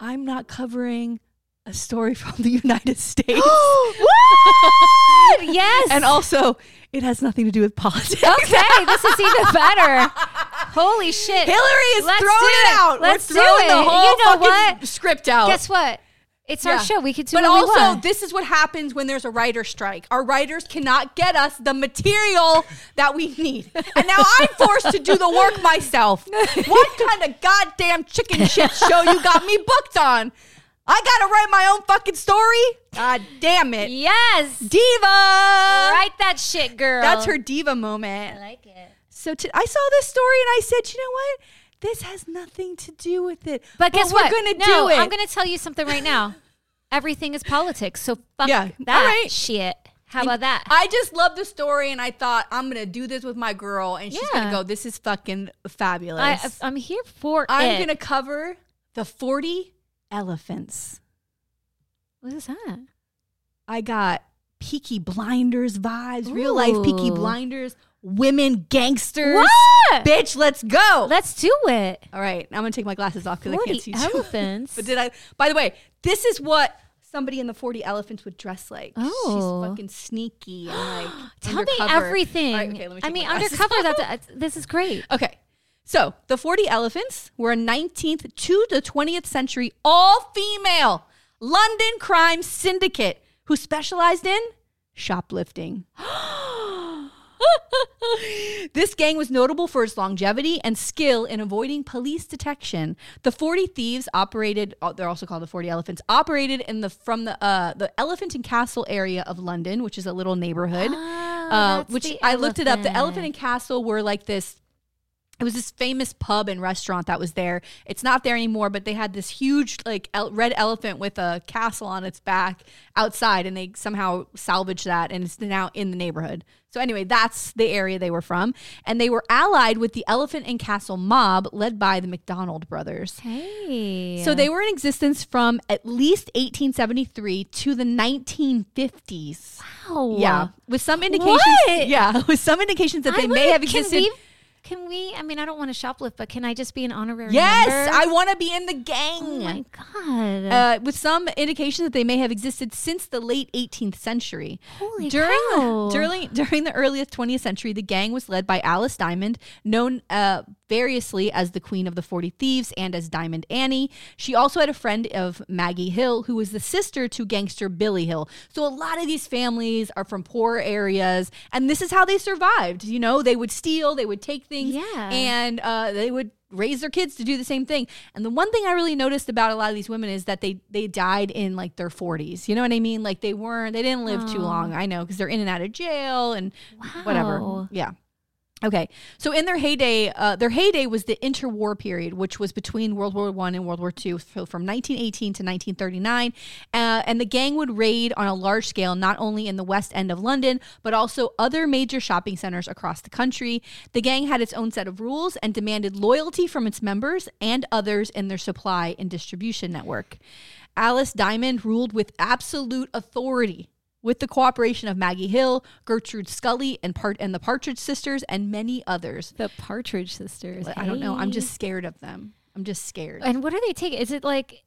Speaker 2: I'm not covering a story from the United States.
Speaker 1: what? Yes.
Speaker 2: and also, it has nothing to do with politics.
Speaker 1: okay, this is even better. Holy shit!
Speaker 2: Hillary is
Speaker 1: Let's
Speaker 2: throwing
Speaker 1: do
Speaker 2: it. out.
Speaker 1: Let's
Speaker 2: We're
Speaker 1: do
Speaker 2: throwing
Speaker 1: it.
Speaker 2: the whole
Speaker 1: you know
Speaker 2: fucking
Speaker 1: what?
Speaker 2: script out.
Speaker 1: Guess what? It's our
Speaker 2: Yeah.
Speaker 1: show. We could do
Speaker 2: But
Speaker 1: what we
Speaker 2: also,
Speaker 1: want.
Speaker 2: this is what happens when there's a writer strike. Our writers cannot get us the material that we need, and now I'm forced to do the work myself. What kind of goddamn chicken shit show you got me booked on? I gotta write my own fucking story. God damn it,
Speaker 1: yes.
Speaker 2: diva! Right.
Speaker 1: Write that shit, girl.
Speaker 2: That's her diva moment.
Speaker 1: I like it.
Speaker 2: So t- I saw this story and I said, you know what? This has nothing to do with it.
Speaker 1: But guess
Speaker 2: we're
Speaker 1: what?
Speaker 2: gonna
Speaker 1: no,
Speaker 2: do it.
Speaker 1: I'm gonna tell you something right now. Everything is politics. So fuck
Speaker 2: Yeah.
Speaker 1: that
Speaker 2: All right.
Speaker 1: shit. How about that?
Speaker 2: I just love the story, and I thought I'm gonna do this with my girl, and she's
Speaker 1: Yeah.
Speaker 2: gonna go. This is fucking
Speaker 1: I,
Speaker 2: fabulous. I,
Speaker 1: I'm here for it.
Speaker 2: am gonna cover the 40 elephants.
Speaker 1: What is that?
Speaker 2: I got Peaky Blinders vibes, real life Peaky
Speaker 1: Ooh.
Speaker 2: Blinders, women gangsters.
Speaker 1: What?
Speaker 2: Bitch, let's go.
Speaker 1: Let's do it.
Speaker 2: All right, I'm gonna take my glasses off because I
Speaker 1: Forty
Speaker 2: can't see. too-
Speaker 1: elephants.
Speaker 2: but did I? By the way, this is what somebody in the 40 elephants would dress like.
Speaker 1: Oh.
Speaker 2: she's fucking sneaky and like.
Speaker 1: Tell me
Speaker 2: undercover.
Speaker 1: everything.
Speaker 2: All right, okay, let me
Speaker 1: I
Speaker 2: take my
Speaker 1: mean,
Speaker 2: glasses
Speaker 1: undercover. That that- this is great.
Speaker 2: Okay. So the 40 elephants were a 19th to the 20th century all female London crime syndicate who specialized in shoplifting. this gang was notable for its longevity and skill in avoiding police detection. The 40 thieves operated oh, they're also called the 40 elephants operated in the from the uh, the Elephant and Castle area of London, which is a little neighborhood.
Speaker 1: Ah,
Speaker 2: uh,
Speaker 1: that's
Speaker 2: which
Speaker 1: the
Speaker 2: I looked it up. The
Speaker 1: elephant.
Speaker 2: Elephant and Castle were like this it was this famous pub and restaurant that was there. It's not there anymore, but they had this huge like el- red elephant with a castle on its back outside, and they somehow salvaged that, and it's now in the neighborhood. So anyway, that's the area they were from, and they were allied with the Elephant and Castle mob led by the McDonald brothers.
Speaker 1: Hey.
Speaker 2: So they were in existence from at least 1873 to the 1950s.
Speaker 1: Wow.
Speaker 2: Yeah, with some indications.
Speaker 1: What?
Speaker 2: Yeah, with some indications that
Speaker 1: I
Speaker 2: they may
Speaker 1: wanna-
Speaker 2: have
Speaker 1: Can
Speaker 2: existed.
Speaker 1: we, can we? I mean, I don't want to shoplift, but can I just be an honorary?
Speaker 2: Yes,
Speaker 1: member?
Speaker 2: I want to be in the gang.
Speaker 1: Oh my god.
Speaker 2: uh, with some indication that they may have existed since the late 18th century.
Speaker 1: Holy
Speaker 2: during,
Speaker 1: cow.
Speaker 2: during during the earliest 20th century, the gang was led by Alice Diamond, known uh, variously as the Queen of the 40 Thieves and as Diamond Annie. She also had a friend of Maggie Hill, who was the sister to gangster Billy Hill. So a lot of these families are from poor areas, and this is how they survived. You know, they would steal, they would take things,
Speaker 1: Yeah.
Speaker 2: and uh, they would raise their kids to do the same thing. And the one thing I really noticed about a lot of these women is that they they died in like their 40s. You know what I mean? Like they weren't they didn't live too
Speaker 1: Aw.
Speaker 2: long. I know because they're in and out of jail and whatever.
Speaker 1: Wow.
Speaker 2: Yeah. Okay, so in their heyday, uh, their heyday was the interwar period, which was between World War One and World War Two, so from 1918 to 1939. Uh, and the gang would raid on a large scale, not only in the West End of London, but also other major shopping centers across the country. The gang had its own set of rules and demanded loyalty from its members and others in their supply and distribution network. Alice Diamond ruled with absolute authority with the cooperation of Maggie Hill, Gertrude Scully, and part and the Partridge Sisters, and many others.
Speaker 1: The Partridge Sisters.
Speaker 2: But I don't know. I'm
Speaker 1: hey.
Speaker 2: just scared of them. I'm just scared.
Speaker 1: And what are they taking? Is it like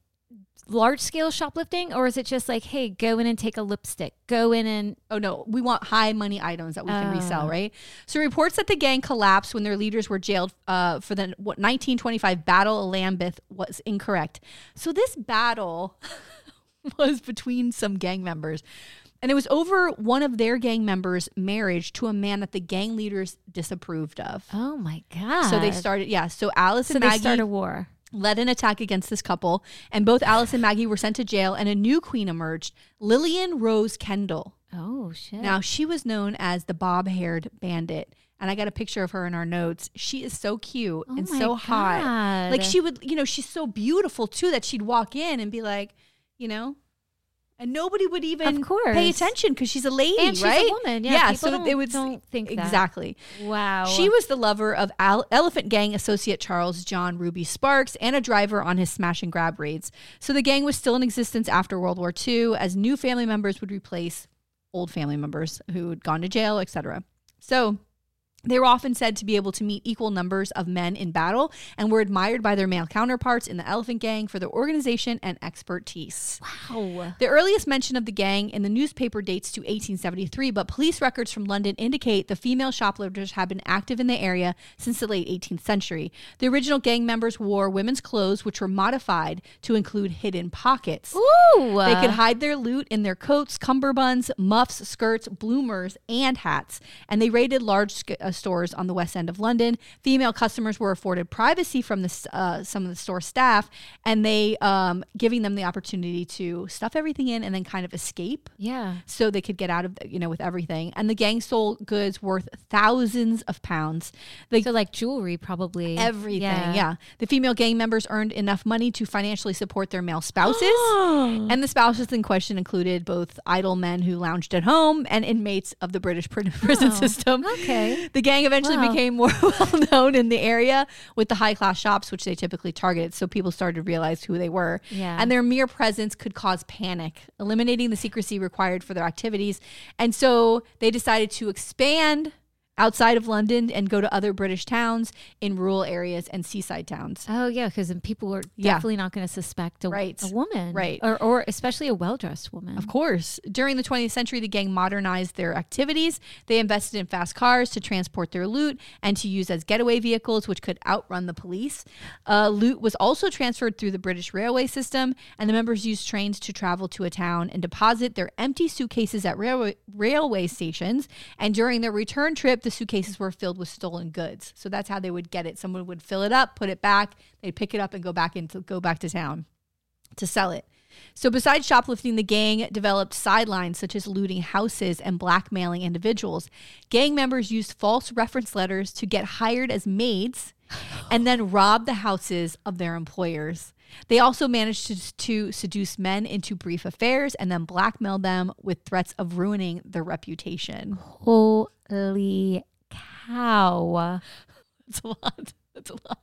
Speaker 1: large scale shoplifting, or is it just like, hey, go in and take a lipstick, go in and
Speaker 2: oh no, we want high money items that we can resell,
Speaker 1: Oh.
Speaker 2: right? So reports that the gang collapsed when their leaders were jailed uh, for the what, 1925 Battle of Lambeth was incorrect. So this battle was between some gang members. And it was over one of their gang members' marriage to a man that the gang leaders disapproved of.
Speaker 1: oh my god.
Speaker 2: So they started, yeah. So Alice
Speaker 1: So
Speaker 2: and
Speaker 1: they
Speaker 2: Maggie
Speaker 1: start a war.
Speaker 2: led an attack against this couple, and both Alice and Maggie were sent to jail, and a new queen emerged, Lillian Rose Kendall.
Speaker 1: Oh shit.
Speaker 2: Now, she was known as the bob haired bandit. And I got a picture of her in our notes. She is so cute
Speaker 1: Oh
Speaker 2: and
Speaker 1: my
Speaker 2: so hot.
Speaker 1: God.
Speaker 2: Like, she would, you know, she's so beautiful too that she'd walk in and be like, you know, and nobody would even
Speaker 1: course.
Speaker 2: pay attention because she's a lady,
Speaker 1: And she's a
Speaker 2: right?
Speaker 1: woman. Yeah, people
Speaker 2: so
Speaker 1: don't-
Speaker 2: it would
Speaker 1: don't think that.
Speaker 2: exactly.
Speaker 1: wow.
Speaker 2: She was the lover of Al- Elephant Gang associate Charles John Ruby Sparks and a driver on his smash and grab raids. So the gang was still in existence after World War II as new family members would replace old family members who had gone to jail, etc. So they were often said to be able to meet equal numbers of men in battle and were admired by their male counterparts in the Elephant Gang for their organization and expertise.
Speaker 1: Wow.
Speaker 2: The earliest mention of the gang in the newspaper dates to 1873, but police records from London indicate the female shoplifters have been active in the area since the late 18th century. The original gang members wore women's clothes, which were modified to include hidden pockets.
Speaker 1: Ooh.
Speaker 2: They could hide their loot in their coats, cummerbunds, muffs, skirts, bloomers, and hats. And they raided large sc- uh, stores on the west end of London. Female customers were afforded privacy from the, s- uh, some of the store staff, and they um, giving them the opportunity to stuff everything in and then kind of escape
Speaker 1: yeah.
Speaker 2: so they could get out of you know with everything. And the gang sold goods worth thousands of pounds. They
Speaker 1: So like jewelry probably.
Speaker 2: everything. Yeah. The female gang members earned enough money to financially support their male spouses. and the spouses in question included both idle men who lounged at home and inmates of the British pr- prison
Speaker 1: Oh,
Speaker 2: system.
Speaker 1: okay.
Speaker 2: The gang eventually
Speaker 1: Wow.
Speaker 2: became more well known in the area with the high class shops, which they typically targeted. So people started to realize who they were.
Speaker 1: Yeah.
Speaker 2: And their mere presence could cause panic, eliminating the secrecy required for their activities. And so they decided to expand outside of London and go to other British towns in rural areas and seaside towns.
Speaker 1: Oh yeah, because then people are
Speaker 2: Yeah.
Speaker 1: definitely not going to suspect a,
Speaker 2: Right.
Speaker 1: a woman,
Speaker 2: Right.
Speaker 1: Or, or especially a well-dressed woman.
Speaker 2: Of course. During the 20th century, the gang modernized their activities. They invested in fast cars to transport their loot and to use as getaway vehicles, which could outrun the police. Uh, loot was also transferred through the British railway system, and the members used trains to travel to a town and deposit their empty suitcases at railway, railway stations. And during their return trip, the suitcases were filled with stolen goods. So that's how they would get it. Someone would fill it up, put it back, they'd pick it up and go back into go back to town to sell it. So, besides shoplifting, the gang developed sidelines such as looting houses and blackmailing individuals. Gang members used false reference letters to get hired as maids and then rob the houses of their employers. They also managed to, to seduce men into brief affairs and then blackmail them with threats of ruining their reputation.
Speaker 1: Holy cow!
Speaker 2: That's a lot. That's a lot.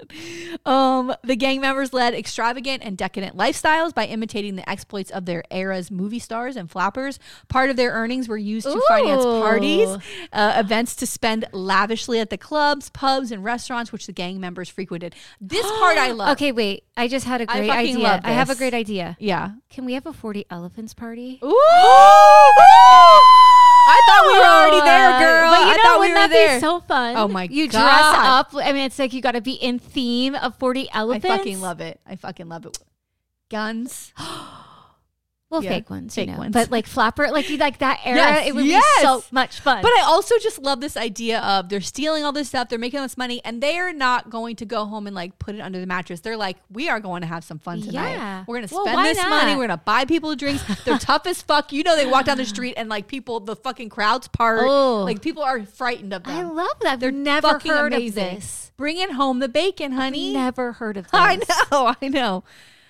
Speaker 2: Um, the gang members led extravagant and decadent lifestyles by imitating the exploits of their era's movie stars and flappers. Part of their earnings were used to finance
Speaker 1: Ooh.
Speaker 2: parties, uh, events to spend lavishly at the clubs, pubs, and restaurants, which the gang members frequented. This part I love.
Speaker 1: Okay, wait. I just had a
Speaker 2: I
Speaker 1: great
Speaker 2: fucking
Speaker 1: idea.
Speaker 2: love
Speaker 1: I have a
Speaker 2: this.
Speaker 1: great idea.
Speaker 2: Yeah.
Speaker 1: Can we have a forty elephants party?
Speaker 2: Ooh! I thought we were already there, girl.
Speaker 1: But you
Speaker 2: I
Speaker 1: know,
Speaker 2: thought we
Speaker 1: wouldn't
Speaker 2: were
Speaker 1: that
Speaker 2: there.
Speaker 1: Be so fun.
Speaker 2: Oh my
Speaker 1: you
Speaker 2: God.
Speaker 1: dress up. I mean, it's like you got to be in theme of forty
Speaker 2: I
Speaker 1: elephants.
Speaker 2: fucking love it. I fucking love it. Guns.
Speaker 1: Well,
Speaker 2: Yeah,
Speaker 1: fake ones,
Speaker 2: fake
Speaker 1: you know.
Speaker 2: ones.
Speaker 1: But like flapper, like you like that era,
Speaker 2: Yes,
Speaker 1: it would
Speaker 2: yes.
Speaker 1: be so much fun.
Speaker 2: But I also just love this idea of they're stealing all this stuff, they're making all this money, and they are not going to go home and like put it under the mattress. They're like, we are going to have some fun tonight.
Speaker 1: Yeah.
Speaker 2: We're going to
Speaker 1: Well,
Speaker 2: spend
Speaker 1: why
Speaker 2: this
Speaker 1: not?
Speaker 2: money. We're going to buy people drinks. They're tough as fuck. You know, they walk down the street and like people, the fucking crowds part.
Speaker 1: Oh.
Speaker 2: Like people are frightened of them.
Speaker 1: I love that. They're
Speaker 2: They're
Speaker 1: never
Speaker 2: fucking
Speaker 1: heard
Speaker 2: amazing.
Speaker 1: of this.
Speaker 2: Bringing home the bacon, honey.
Speaker 1: Never heard of this.
Speaker 2: I know, I know.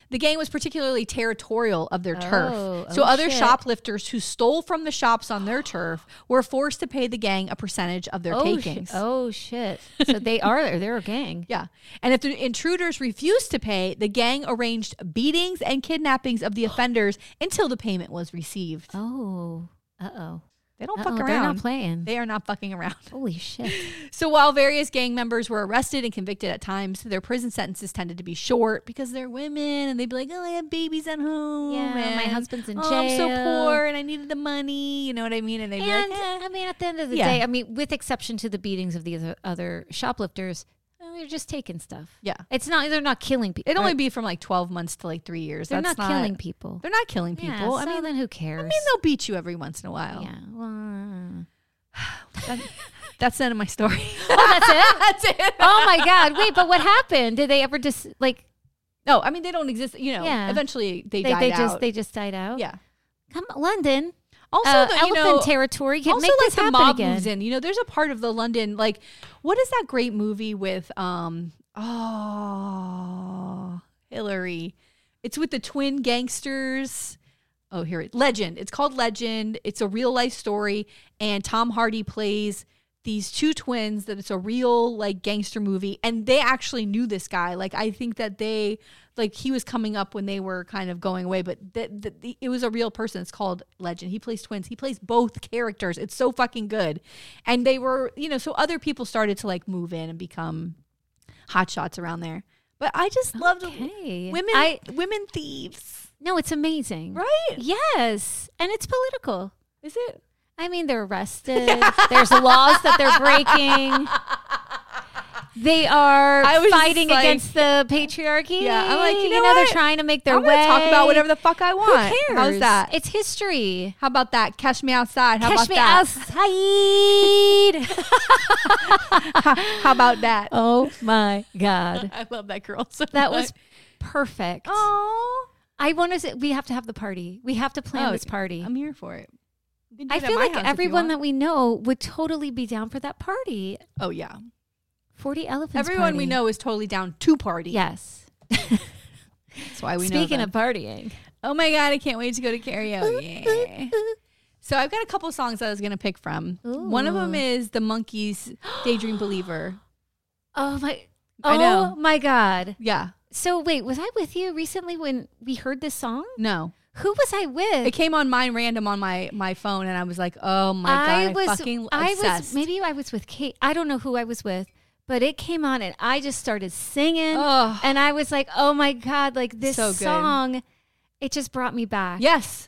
Speaker 2: The gang was particularly territorial of their
Speaker 1: Oh,
Speaker 2: turf. So
Speaker 1: oh,
Speaker 2: other
Speaker 1: shit.
Speaker 2: shoplifters who stole from the shops on their turf were forced to pay the gang a percentage of their
Speaker 1: Oh, sh-
Speaker 2: takings.
Speaker 1: oh shit! So they are they're a gang.
Speaker 2: Yeah. And if the intruders refused to pay, the gang arranged beatings and kidnappings of the offenders until the payment was received.
Speaker 1: Oh, uh oh.
Speaker 2: They don't
Speaker 1: Uh-oh,
Speaker 2: fuck around.
Speaker 1: they're not playing.
Speaker 2: They are not fucking around.
Speaker 1: Holy shit!
Speaker 2: So while various gang members were arrested and convicted at times, their prison sentences tended to be short because they're women and they'd be like, "Oh, I have babies at home.
Speaker 1: Yeah,
Speaker 2: and,
Speaker 1: my husband's in
Speaker 2: oh, I'm so
Speaker 1: jail."
Speaker 2: poor and I needed the money. You know what I mean? And they'd be
Speaker 1: And
Speaker 2: like, eh.
Speaker 1: I mean, at the end of the
Speaker 2: Yeah.
Speaker 1: day, I mean, with exception to the beatings of the other, other shoplifters, uh, they're just taking stuff.
Speaker 2: "Yeah."
Speaker 1: It's not they're not killing people.
Speaker 2: It'd only be from like 12 months to like three years.
Speaker 1: they're
Speaker 2: That's
Speaker 1: not, killing people.
Speaker 2: They're not killing people.
Speaker 1: Yeah,
Speaker 2: I
Speaker 1: so
Speaker 2: mean,
Speaker 1: then who cares?
Speaker 2: I mean, they'll beat you every once in a while.
Speaker 1: yeah. Well, oh,
Speaker 2: That's the end of my story.
Speaker 1: that's it.
Speaker 2: That's it.
Speaker 1: oh my god! Wait, but what happened? Did they ever just like
Speaker 2: No, I mean they don't exist. You know,
Speaker 1: Yeah.
Speaker 2: eventually they,
Speaker 1: they,
Speaker 2: died
Speaker 1: they
Speaker 2: out.
Speaker 1: just they just died out?
Speaker 2: yeah.
Speaker 1: Come London.
Speaker 2: Also,
Speaker 1: uh,
Speaker 2: though, you
Speaker 1: elephant
Speaker 2: know,
Speaker 1: territory. Can
Speaker 2: also
Speaker 1: make
Speaker 2: like
Speaker 1: this
Speaker 2: the
Speaker 1: happen
Speaker 2: mob
Speaker 1: again.
Speaker 2: moves in. You know, there's a part of the London like what is that great movie with um oh Hillary. It's with the twin gangsters. Oh, here it Legend. It's called Legend. It's a real life story and Tom Hardy plays these two twins that it's a real like gangster movie and they actually knew this guy like i think that they like he was coming up when they were kind of going away but th- th- the, it was a real person it's called legend he plays twins he plays both characters it's so fucking good and they were you know so other people started to like move in and become hot shots around there but i just loved
Speaker 1: Okay.
Speaker 2: women
Speaker 1: I-
Speaker 2: women thieves
Speaker 1: No, it's amazing.
Speaker 2: right
Speaker 1: Yes, and it's political.
Speaker 2: is it
Speaker 1: I mean, they're arrested. There's laws that they're breaking. They are
Speaker 2: I was just
Speaker 1: fighting
Speaker 2: like-
Speaker 1: against the patriarchy.
Speaker 2: Yeah, I'm like, you know
Speaker 1: they're
Speaker 2: what?
Speaker 1: trying to make their
Speaker 2: i'm
Speaker 1: way.
Speaker 2: gonna talk about whatever the fuck i
Speaker 1: Who
Speaker 2: want
Speaker 1: cares?
Speaker 2: how's that
Speaker 1: It's history.
Speaker 2: How about that? Catch me outside. How
Speaker 1: Catch
Speaker 2: about
Speaker 1: me
Speaker 2: that?
Speaker 1: outside.
Speaker 2: How about that?
Speaker 1: oh my god,
Speaker 2: I love that girl. So
Speaker 1: that was perfect.
Speaker 2: Oh,
Speaker 1: I want to. Say, we have to have the party. We have to plan
Speaker 2: Oh,
Speaker 1: this party.
Speaker 2: I'm here for it. You can do
Speaker 1: I
Speaker 2: it at
Speaker 1: feel
Speaker 2: my
Speaker 1: like
Speaker 2: house if you
Speaker 1: everyone that
Speaker 2: want.
Speaker 1: we know would totally be down for that party.
Speaker 2: Oh yeah.
Speaker 1: Forty elephants.
Speaker 2: Everyone we
Speaker 1: party.
Speaker 2: know is totally down to party.
Speaker 1: Yes.
Speaker 2: That's why we know.
Speaker 1: Speaking
Speaker 2: them.
Speaker 1: of partying,
Speaker 2: Oh my god, I can't wait to go to karaoke. so I've got a couple songs that I was gonna pick from. One of them
Speaker 1: Ooh.
Speaker 2: is the Monkeys' "Daydream Believer."
Speaker 1: oh my,
Speaker 2: I know.
Speaker 1: oh my God!
Speaker 2: Yeah.
Speaker 1: So wait, was I with you recently when we heard this song?
Speaker 2: No,
Speaker 1: Who was I with?
Speaker 2: it came on mine random on my my phone, and I was like, "Oh my god, I, was fucking obsessed."
Speaker 1: I was maybe I was with Kate. I don't know who I was with, but it came on and I just started singing,
Speaker 2: Ugh.
Speaker 1: and I was like, "Oh my god!" Like this
Speaker 2: So good.
Speaker 1: song, it just brought me back.
Speaker 2: Yes.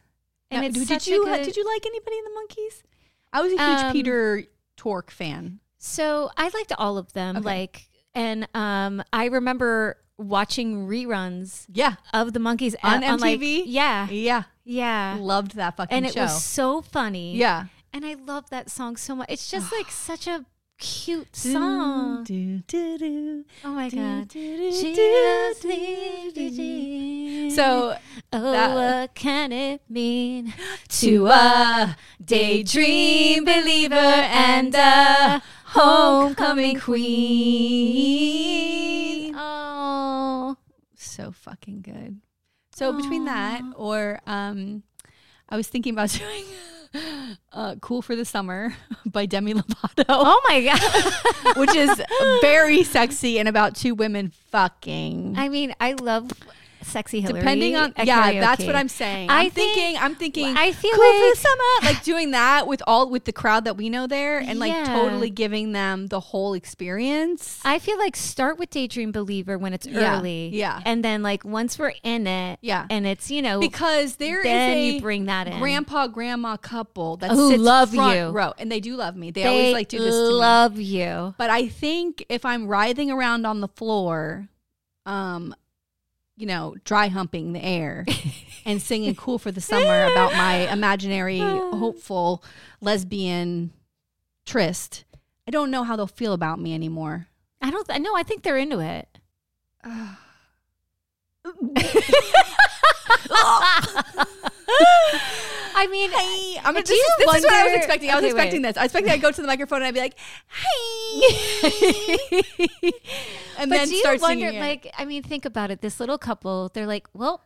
Speaker 1: and
Speaker 2: Now,
Speaker 1: it's
Speaker 2: did
Speaker 1: such a
Speaker 2: you
Speaker 1: good-
Speaker 2: did you like anybody in the monkeys? I was a huge
Speaker 1: Um,
Speaker 2: Peter Tork fan.
Speaker 1: So I liked all of them.
Speaker 2: Okay.
Speaker 1: Like, and um, I remember watching reruns
Speaker 2: Yeah,
Speaker 1: of the monkeys
Speaker 2: On
Speaker 1: uh, like-
Speaker 2: MTV?
Speaker 1: yeah,
Speaker 2: yeah,
Speaker 1: yeah,
Speaker 2: loved that fucking
Speaker 1: and it
Speaker 2: show.
Speaker 1: was so funny.
Speaker 2: yeah,
Speaker 1: and I love that song so much. It's just like such a cute song.
Speaker 2: Do, do, do,
Speaker 1: Oh my
Speaker 2: do,
Speaker 1: god.
Speaker 2: do, do,
Speaker 1: She
Speaker 2: do,
Speaker 1: loves
Speaker 2: do,
Speaker 1: me,
Speaker 2: do, do.
Speaker 1: do.
Speaker 2: So
Speaker 1: oh,
Speaker 2: that-
Speaker 1: what can it mean
Speaker 2: to
Speaker 1: to a
Speaker 2: a
Speaker 1: daydream believer and a homecoming queen? Oh,
Speaker 2: so fucking good. So between that or um, I was thinking about doing uh, "Cool for the Summer" by Demi Lovato.
Speaker 1: oh my god!
Speaker 2: which is very sexy and about two women fucking.
Speaker 1: I mean, I love sexy Hillary.
Speaker 2: Depending on
Speaker 1: at
Speaker 2: yeah, that's
Speaker 1: karaoke.
Speaker 2: what I'm saying.
Speaker 1: I
Speaker 2: I'm
Speaker 1: think-
Speaker 2: thinking, I'm thinking.
Speaker 1: I feel
Speaker 2: cool for
Speaker 1: like-
Speaker 2: the summer, like doing that with all with the crowd that we know there, and like
Speaker 1: Yeah.
Speaker 2: totally giving them the whole experience.
Speaker 1: I feel like start with Daydream Believer when it's
Speaker 2: Yeah,
Speaker 1: early.
Speaker 2: yeah.
Speaker 1: And then like once we're in it.
Speaker 2: Yeah.
Speaker 1: And it's, you know,
Speaker 2: because there is
Speaker 1: Oh, then
Speaker 2: a
Speaker 1: you bring that in.
Speaker 2: grandpa grandma couple that
Speaker 1: Who
Speaker 2: sits
Speaker 1: love
Speaker 2: front
Speaker 1: you.
Speaker 2: row, and they do love me. They,
Speaker 1: they
Speaker 2: always like do this. To me.
Speaker 1: love you.
Speaker 2: But I think if I'm writhing around on the floor, um, you know, dry humping the air and singing Cool for the Summer about my imaginary, hopeful lesbian tryst. I don't know how they'll feel about me anymore.
Speaker 1: I don't. Th- no, I think they're into it. I mean,
Speaker 2: Hey, I'm
Speaker 1: Do
Speaker 2: this, is,
Speaker 1: you
Speaker 2: this is what I was
Speaker 1: wonder-
Speaker 2: expecting. I was
Speaker 1: okay, wait.
Speaker 2: expecting this. I was expecting I'd go to the microphone and I'd be like, "Hey," and
Speaker 1: but
Speaker 2: then
Speaker 1: do you
Speaker 2: start
Speaker 1: wonder?
Speaker 2: singing. it.
Speaker 1: Like, I mean, think about it. This little couple, they're like, well,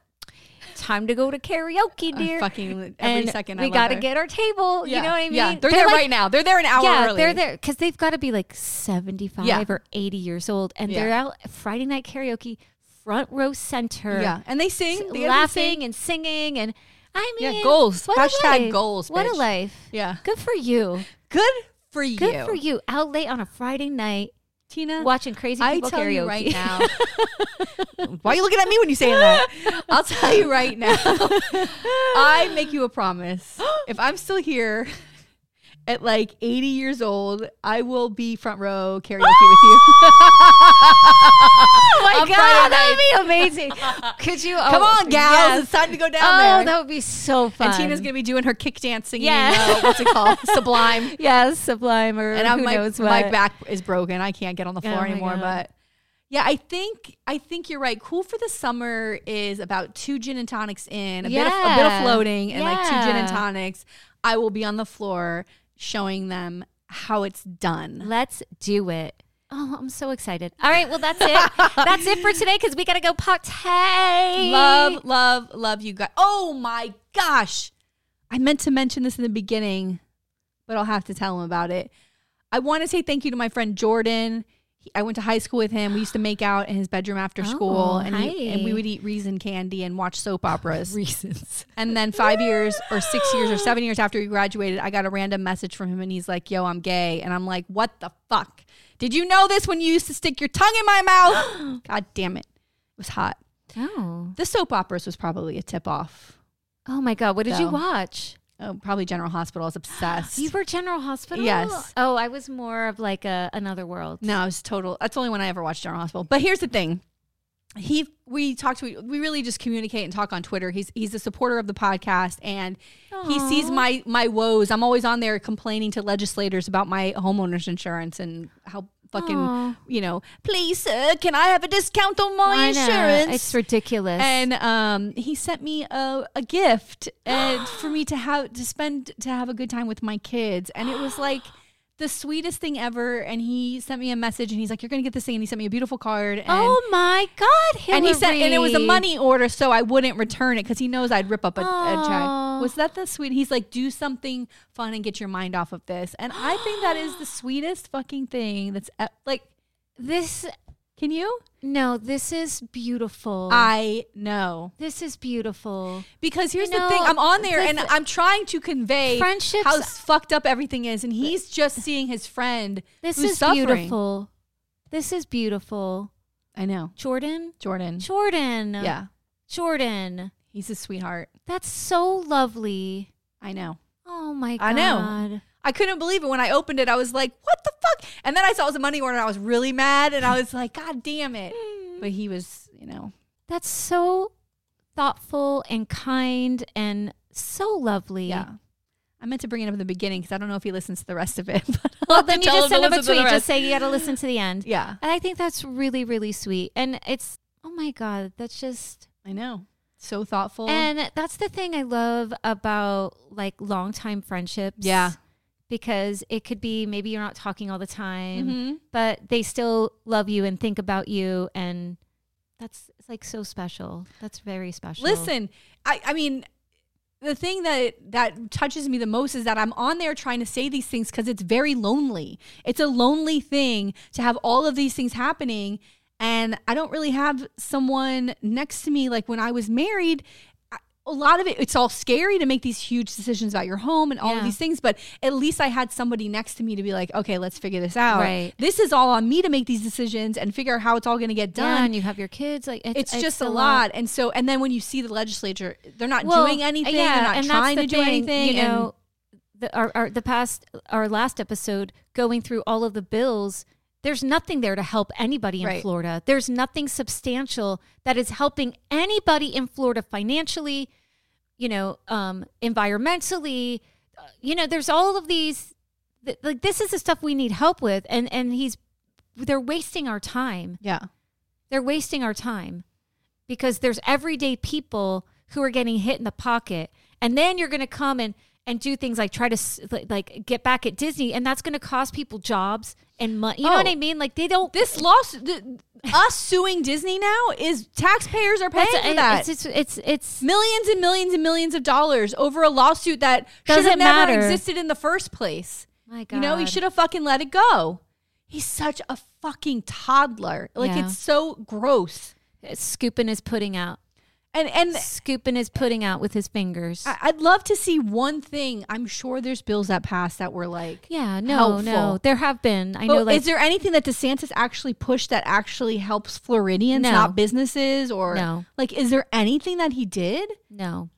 Speaker 1: time to go to karaoke,
Speaker 2: I
Speaker 1: dear.
Speaker 2: Uh, fucking every
Speaker 1: and
Speaker 2: second. I
Speaker 1: we
Speaker 2: love
Speaker 1: gotta
Speaker 2: her.
Speaker 1: get our table.
Speaker 2: Yeah,
Speaker 1: You know what I mean?
Speaker 2: Yeah, they're, there
Speaker 1: like-
Speaker 2: right now. They're there an hour
Speaker 1: yeah,
Speaker 2: early.
Speaker 1: they're there because they've got to be like 75
Speaker 2: Yeah.
Speaker 1: or 80 years old, and
Speaker 2: Yeah.
Speaker 1: they're out at Friday night karaoke, front row center.
Speaker 2: Yeah, and they sing,
Speaker 1: s-
Speaker 2: they have to
Speaker 1: laughing
Speaker 2: sing.
Speaker 1: and singing and I
Speaker 2: Yeah,
Speaker 1: mean
Speaker 2: goals.
Speaker 1: what a
Speaker 2: Hashtag
Speaker 1: life.
Speaker 2: goals,
Speaker 1: What a
Speaker 2: bitch.
Speaker 1: life.
Speaker 2: Yeah,
Speaker 1: Good for you.
Speaker 2: good for you.
Speaker 1: Good for you. Out late on a Friday night
Speaker 2: Tina.
Speaker 1: watching crazy
Speaker 2: I
Speaker 1: people
Speaker 2: tell
Speaker 1: karaoke.
Speaker 2: you right now. Why are you looking at me when you say that? I'll tell you right now. I make you a promise. If I'm still here at like 80 years old, I will be front row karaoke with you.
Speaker 1: oh my
Speaker 2: on
Speaker 1: god,
Speaker 2: Friday
Speaker 1: that would be amazing. Could you
Speaker 2: Come
Speaker 1: oh,
Speaker 2: on, gals.
Speaker 1: yes.
Speaker 2: It's time to go down
Speaker 1: Oh,
Speaker 2: there.
Speaker 1: that would be so fun.
Speaker 2: and Tina's gonna be doing her kick dance singing.
Speaker 1: Yeah.
Speaker 2: uh, what's it called? Sublime.
Speaker 1: Yes, Sublime or
Speaker 2: and I'm
Speaker 1: who
Speaker 2: my,
Speaker 1: knows what.
Speaker 2: my back is broken. I can't get on the floor
Speaker 1: Oh my
Speaker 2: anymore.
Speaker 1: God.
Speaker 2: But yeah, I think I think you're right. Cool for the summer is about two gin and tonics in, a bit of a bit
Speaker 1: Yeah.
Speaker 2: of floating, and like two gin and
Speaker 1: Yeah.
Speaker 2: tonics. I will be on the floor showing them how it's done.
Speaker 1: Let's do it. Oh, I'm so excited. All right, well that's it. that's it for today because we gotta go partay.
Speaker 2: Love, love, love you guys. Oh my gosh. I meant to mention this in the beginning, but I'll have to tell him about it. I want to say thank you to my friend Jordan. He, I went to high school with him. We used to make out in his bedroom after school,
Speaker 1: Oh,
Speaker 2: and, he, and
Speaker 1: hi.
Speaker 2: we would eat raisin candy and watch soap operas.
Speaker 1: reasons.
Speaker 2: And then five years or six years or seven years after we graduated, I got a random message from him, and he's like, "Yo, I'm gay," and I'm like, "What the fuck? Did you know this when you used to stick your tongue in my mouth? God damn it, it was hot."
Speaker 1: Oh.
Speaker 2: The soap operas was probably a tip off.
Speaker 1: Oh my God. What did
Speaker 2: So-
Speaker 1: you watch?
Speaker 2: Oh, probably General Hospital. I was obsessed.
Speaker 1: You were General Hospital?
Speaker 2: Yes.
Speaker 1: Oh, I was more of like a another world.
Speaker 2: No, it was total. That's the only one I ever watched General Hospital. But here's the thing. He we talked to we really just communicate and talk on Twitter. He's he's a supporter of the podcast and he
Speaker 1: Aw.
Speaker 2: sees my my woes. I'm always on there complaining to legislators about my homeowners insurance and how fucking
Speaker 1: Aw.
Speaker 2: you know, please sir, can I have a discount on my
Speaker 1: I know.
Speaker 2: insurance?
Speaker 1: It's ridiculous.
Speaker 2: and um, he sent me a, a gift uh, for me to have to spend to have a good time with my kids and it was like the sweetest thing ever and he sent me a message and he's like you're gonna get this thing and he sent me a beautiful card and
Speaker 1: oh my God, Hillary.
Speaker 2: and he said, and it was a money order, so I wouldn't return it because he knows I'd rip up a, a
Speaker 1: Aw.
Speaker 2: check. Was that the sweet? He's like, do something fun and get your mind off of this. And I think that is the sweetest fucking thing. That's e- like,
Speaker 1: This,
Speaker 2: can you?
Speaker 1: no, this is beautiful.
Speaker 2: I know.
Speaker 1: this is beautiful.
Speaker 2: Because here's
Speaker 1: know,
Speaker 2: the thing, I'm on there
Speaker 1: the
Speaker 2: and
Speaker 1: th-
Speaker 2: I'm trying to convey
Speaker 1: Friendships-
Speaker 2: how fucked up everything is, and he's just seeing his friend
Speaker 1: This
Speaker 2: who's
Speaker 1: is
Speaker 2: suffering.
Speaker 1: beautiful. This is beautiful.
Speaker 2: I know,
Speaker 1: Jordan?
Speaker 2: Jordan.
Speaker 1: Jordan.
Speaker 2: Mm. Yeah,
Speaker 1: Jordan.
Speaker 2: he's a sweetheart.
Speaker 1: That's so lovely.
Speaker 2: I know.
Speaker 1: Oh my God.
Speaker 2: I know. I couldn't believe it when I opened it. I was like, "What the fuck?" And then I saw it was a money order, and I was really mad, and I was like, "God damn it!" But he was, you know,
Speaker 1: That's so thoughtful and kind and so lovely.
Speaker 2: yeah. I meant to bring it up in the beginning because I don't know if he listens to the rest of it.
Speaker 1: Well,
Speaker 2: But I'll have to
Speaker 1: then you
Speaker 2: tell
Speaker 1: just send
Speaker 2: to
Speaker 1: him a
Speaker 2: listen
Speaker 1: tweet.
Speaker 2: to the
Speaker 1: Just
Speaker 2: rest.
Speaker 1: say you got to listen to the end.
Speaker 2: yeah,
Speaker 1: And I think that's really, really sweet. And it's, oh my God, that's just.
Speaker 2: I know. So thoughtful.
Speaker 1: And that's the thing I love about like longtime friendships.
Speaker 2: Yeah.
Speaker 1: Because it could be maybe you're not talking all the time,
Speaker 2: Mhm.
Speaker 1: but they still love you and think about you. And that's it's like so special. That's very special.
Speaker 2: Listen, I, I mean, the thing that that touches me the most is that I'm on there trying to say these things because it's very lonely. It's a lonely thing to have all of these things happening, and I don't really have someone next to me. Like when I was married. I- A lot of it, it's all scary to make these huge decisions about your home and all of
Speaker 1: Yeah.
Speaker 2: these things, but at least I had somebody next to me to be like, okay, let's figure this out.
Speaker 1: Right.
Speaker 2: This is all on me to make these decisions and figure out how it's all going to get
Speaker 1: Yeah,
Speaker 2: done
Speaker 1: and you have your kids. Like
Speaker 2: it's, just a lot. And so, and then when you see the legislature, they're not
Speaker 1: Well,
Speaker 2: doing anything.
Speaker 1: yeah,
Speaker 2: they're not
Speaker 1: and that's
Speaker 2: trying
Speaker 1: the
Speaker 2: to do
Speaker 1: thing,
Speaker 2: anything.
Speaker 1: You know, the, our, our the past our last episode going through all of the bills There's nothing there to help anybody in
Speaker 2: Right.
Speaker 1: Florida. There's nothing substantial that is helping anybody in Florida financially, you know, um, environmentally. Uh, You know, there's all of these. Th- like this is the stuff we need help with, and and he's they're wasting our time.
Speaker 2: Yeah.
Speaker 1: They're wasting our time because there's everyday people who are getting hit in the pocket, and then you're going to come and and do things like try to s- like- like get back at Disney, and that's going to cost people jobs and money. You know what
Speaker 2: Oh.
Speaker 1: I mean? Like they don't.
Speaker 2: This lawsuit, the, us suing Disney now is taxpayers are paying
Speaker 1: that's-
Speaker 2: for
Speaker 1: it-
Speaker 2: that.
Speaker 1: It's, it's it's it's
Speaker 2: millions and millions and millions of dollars over a lawsuit that should have
Speaker 1: Doesn't
Speaker 2: never
Speaker 1: matter.
Speaker 2: existed in the first place.
Speaker 1: my God.
Speaker 2: You know, he should have fucking let it go. He's such a fucking toddler. Like
Speaker 1: Yeah.
Speaker 2: it's so gross.
Speaker 1: scooping his pudding out.
Speaker 2: And and
Speaker 1: Scooping his pudding out with his fingers.
Speaker 2: I- I'd love to see one thing. I'm sure there's bills that passed that were like
Speaker 1: yeah, no, no.
Speaker 2: helpful.
Speaker 1: There have been. I
Speaker 2: But
Speaker 1: know like
Speaker 2: is there anything that DeSantis actually pushed that actually helps Floridians,
Speaker 1: No.
Speaker 2: not businesses or
Speaker 1: No.
Speaker 2: like is there anything that he did?
Speaker 1: no.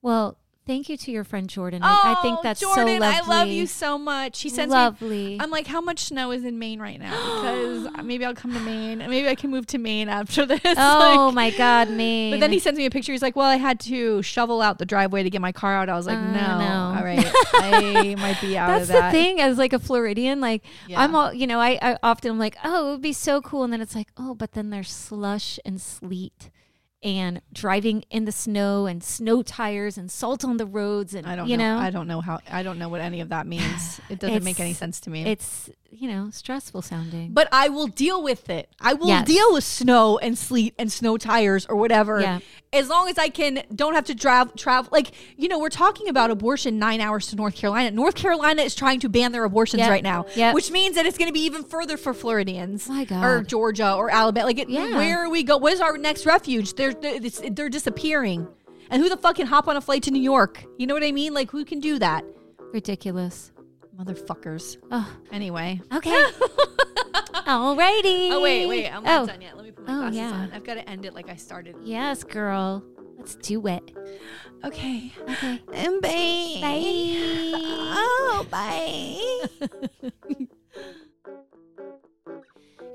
Speaker 1: Well, thank you to your friend Jordan. I, I think
Speaker 2: Oh,
Speaker 1: that's
Speaker 2: Jordan,
Speaker 1: so lovely.
Speaker 2: I love you so much. She sends
Speaker 1: Lovely.
Speaker 2: Me, I'm like, how much snow is in Maine right now? Because maybe I'll come to Maine. and Maybe I can move to Maine after this.
Speaker 1: Oh
Speaker 2: Like-
Speaker 1: my God, me.
Speaker 2: But then he sends me a picture. He's like, "Well, I had to shovel out the driveway to get my car out." I was like,
Speaker 1: Uh,
Speaker 2: "No,
Speaker 1: no.
Speaker 2: all right, I might be out
Speaker 1: that's
Speaker 2: of that."
Speaker 1: the thing as like a Floridian, like
Speaker 2: Yeah.
Speaker 1: I'm all you know, I, I often I'm like, oh, it would be so cool. And then it's like, oh, but then there's slush and sleet and driving in the snow and snow tires and salt on the roads and
Speaker 2: I don't
Speaker 1: you
Speaker 2: know.
Speaker 1: know,
Speaker 2: I don't know how. I don't know what any of that means. It doesn't make any
Speaker 1: It's-
Speaker 2: sense to me.
Speaker 1: it's you know, stressful sounding.
Speaker 2: but I will deal with it. I will
Speaker 1: Yes.
Speaker 2: deal with snow and sleet and snow tires or whatever.
Speaker 1: Yeah.
Speaker 2: As long as I can don't have to drive travel like you know, we're talking about abortion 9 hours to North Carolina. North Carolina is trying to ban their abortions
Speaker 1: Yep.
Speaker 2: right now,
Speaker 1: Yep.
Speaker 2: which means that it's going to be even further for Floridians
Speaker 1: My God.
Speaker 2: or Georgia or Alabama. Like it,
Speaker 1: Yeah.
Speaker 2: where are we go? What is our next refuge? They're they're, it's- they're disappearing. And who the fuck can hop on a flight to New York? You know what I mean? Like who can do that?
Speaker 1: Ridiculous.
Speaker 2: Motherfuckers.
Speaker 1: Oh,
Speaker 2: Anyway.
Speaker 1: okay. Alrighty.
Speaker 2: Oh wait, wait, I'm not done yet. Let me put my
Speaker 1: Oh,
Speaker 2: glasses
Speaker 1: yeah.
Speaker 2: on. I've got to end it like I started.
Speaker 1: Yes, girl. Let's do it.
Speaker 2: Okay.
Speaker 1: Okay.
Speaker 2: And
Speaker 1: Bye.
Speaker 2: bye. Oh, bye.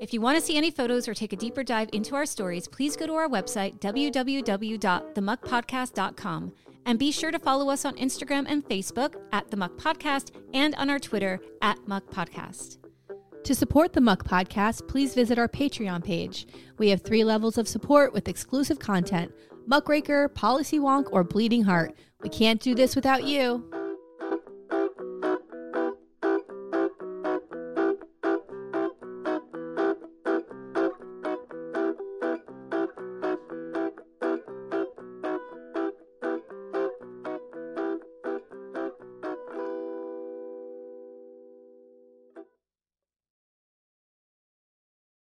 Speaker 1: If you want to see any photos or take a deeper dive into our stories, please go to our website, www.themuckpodcast.com. And be sure to follow us on Instagram and Facebook at The Muck Podcast and on our Twitter at Muck Podcast.
Speaker 2: To support the Muck Podcast, please visit our Patreon page. We have three levels of support with exclusive content Muckraker, Policy Wonk, or Bleeding Heart. We can't do this without you.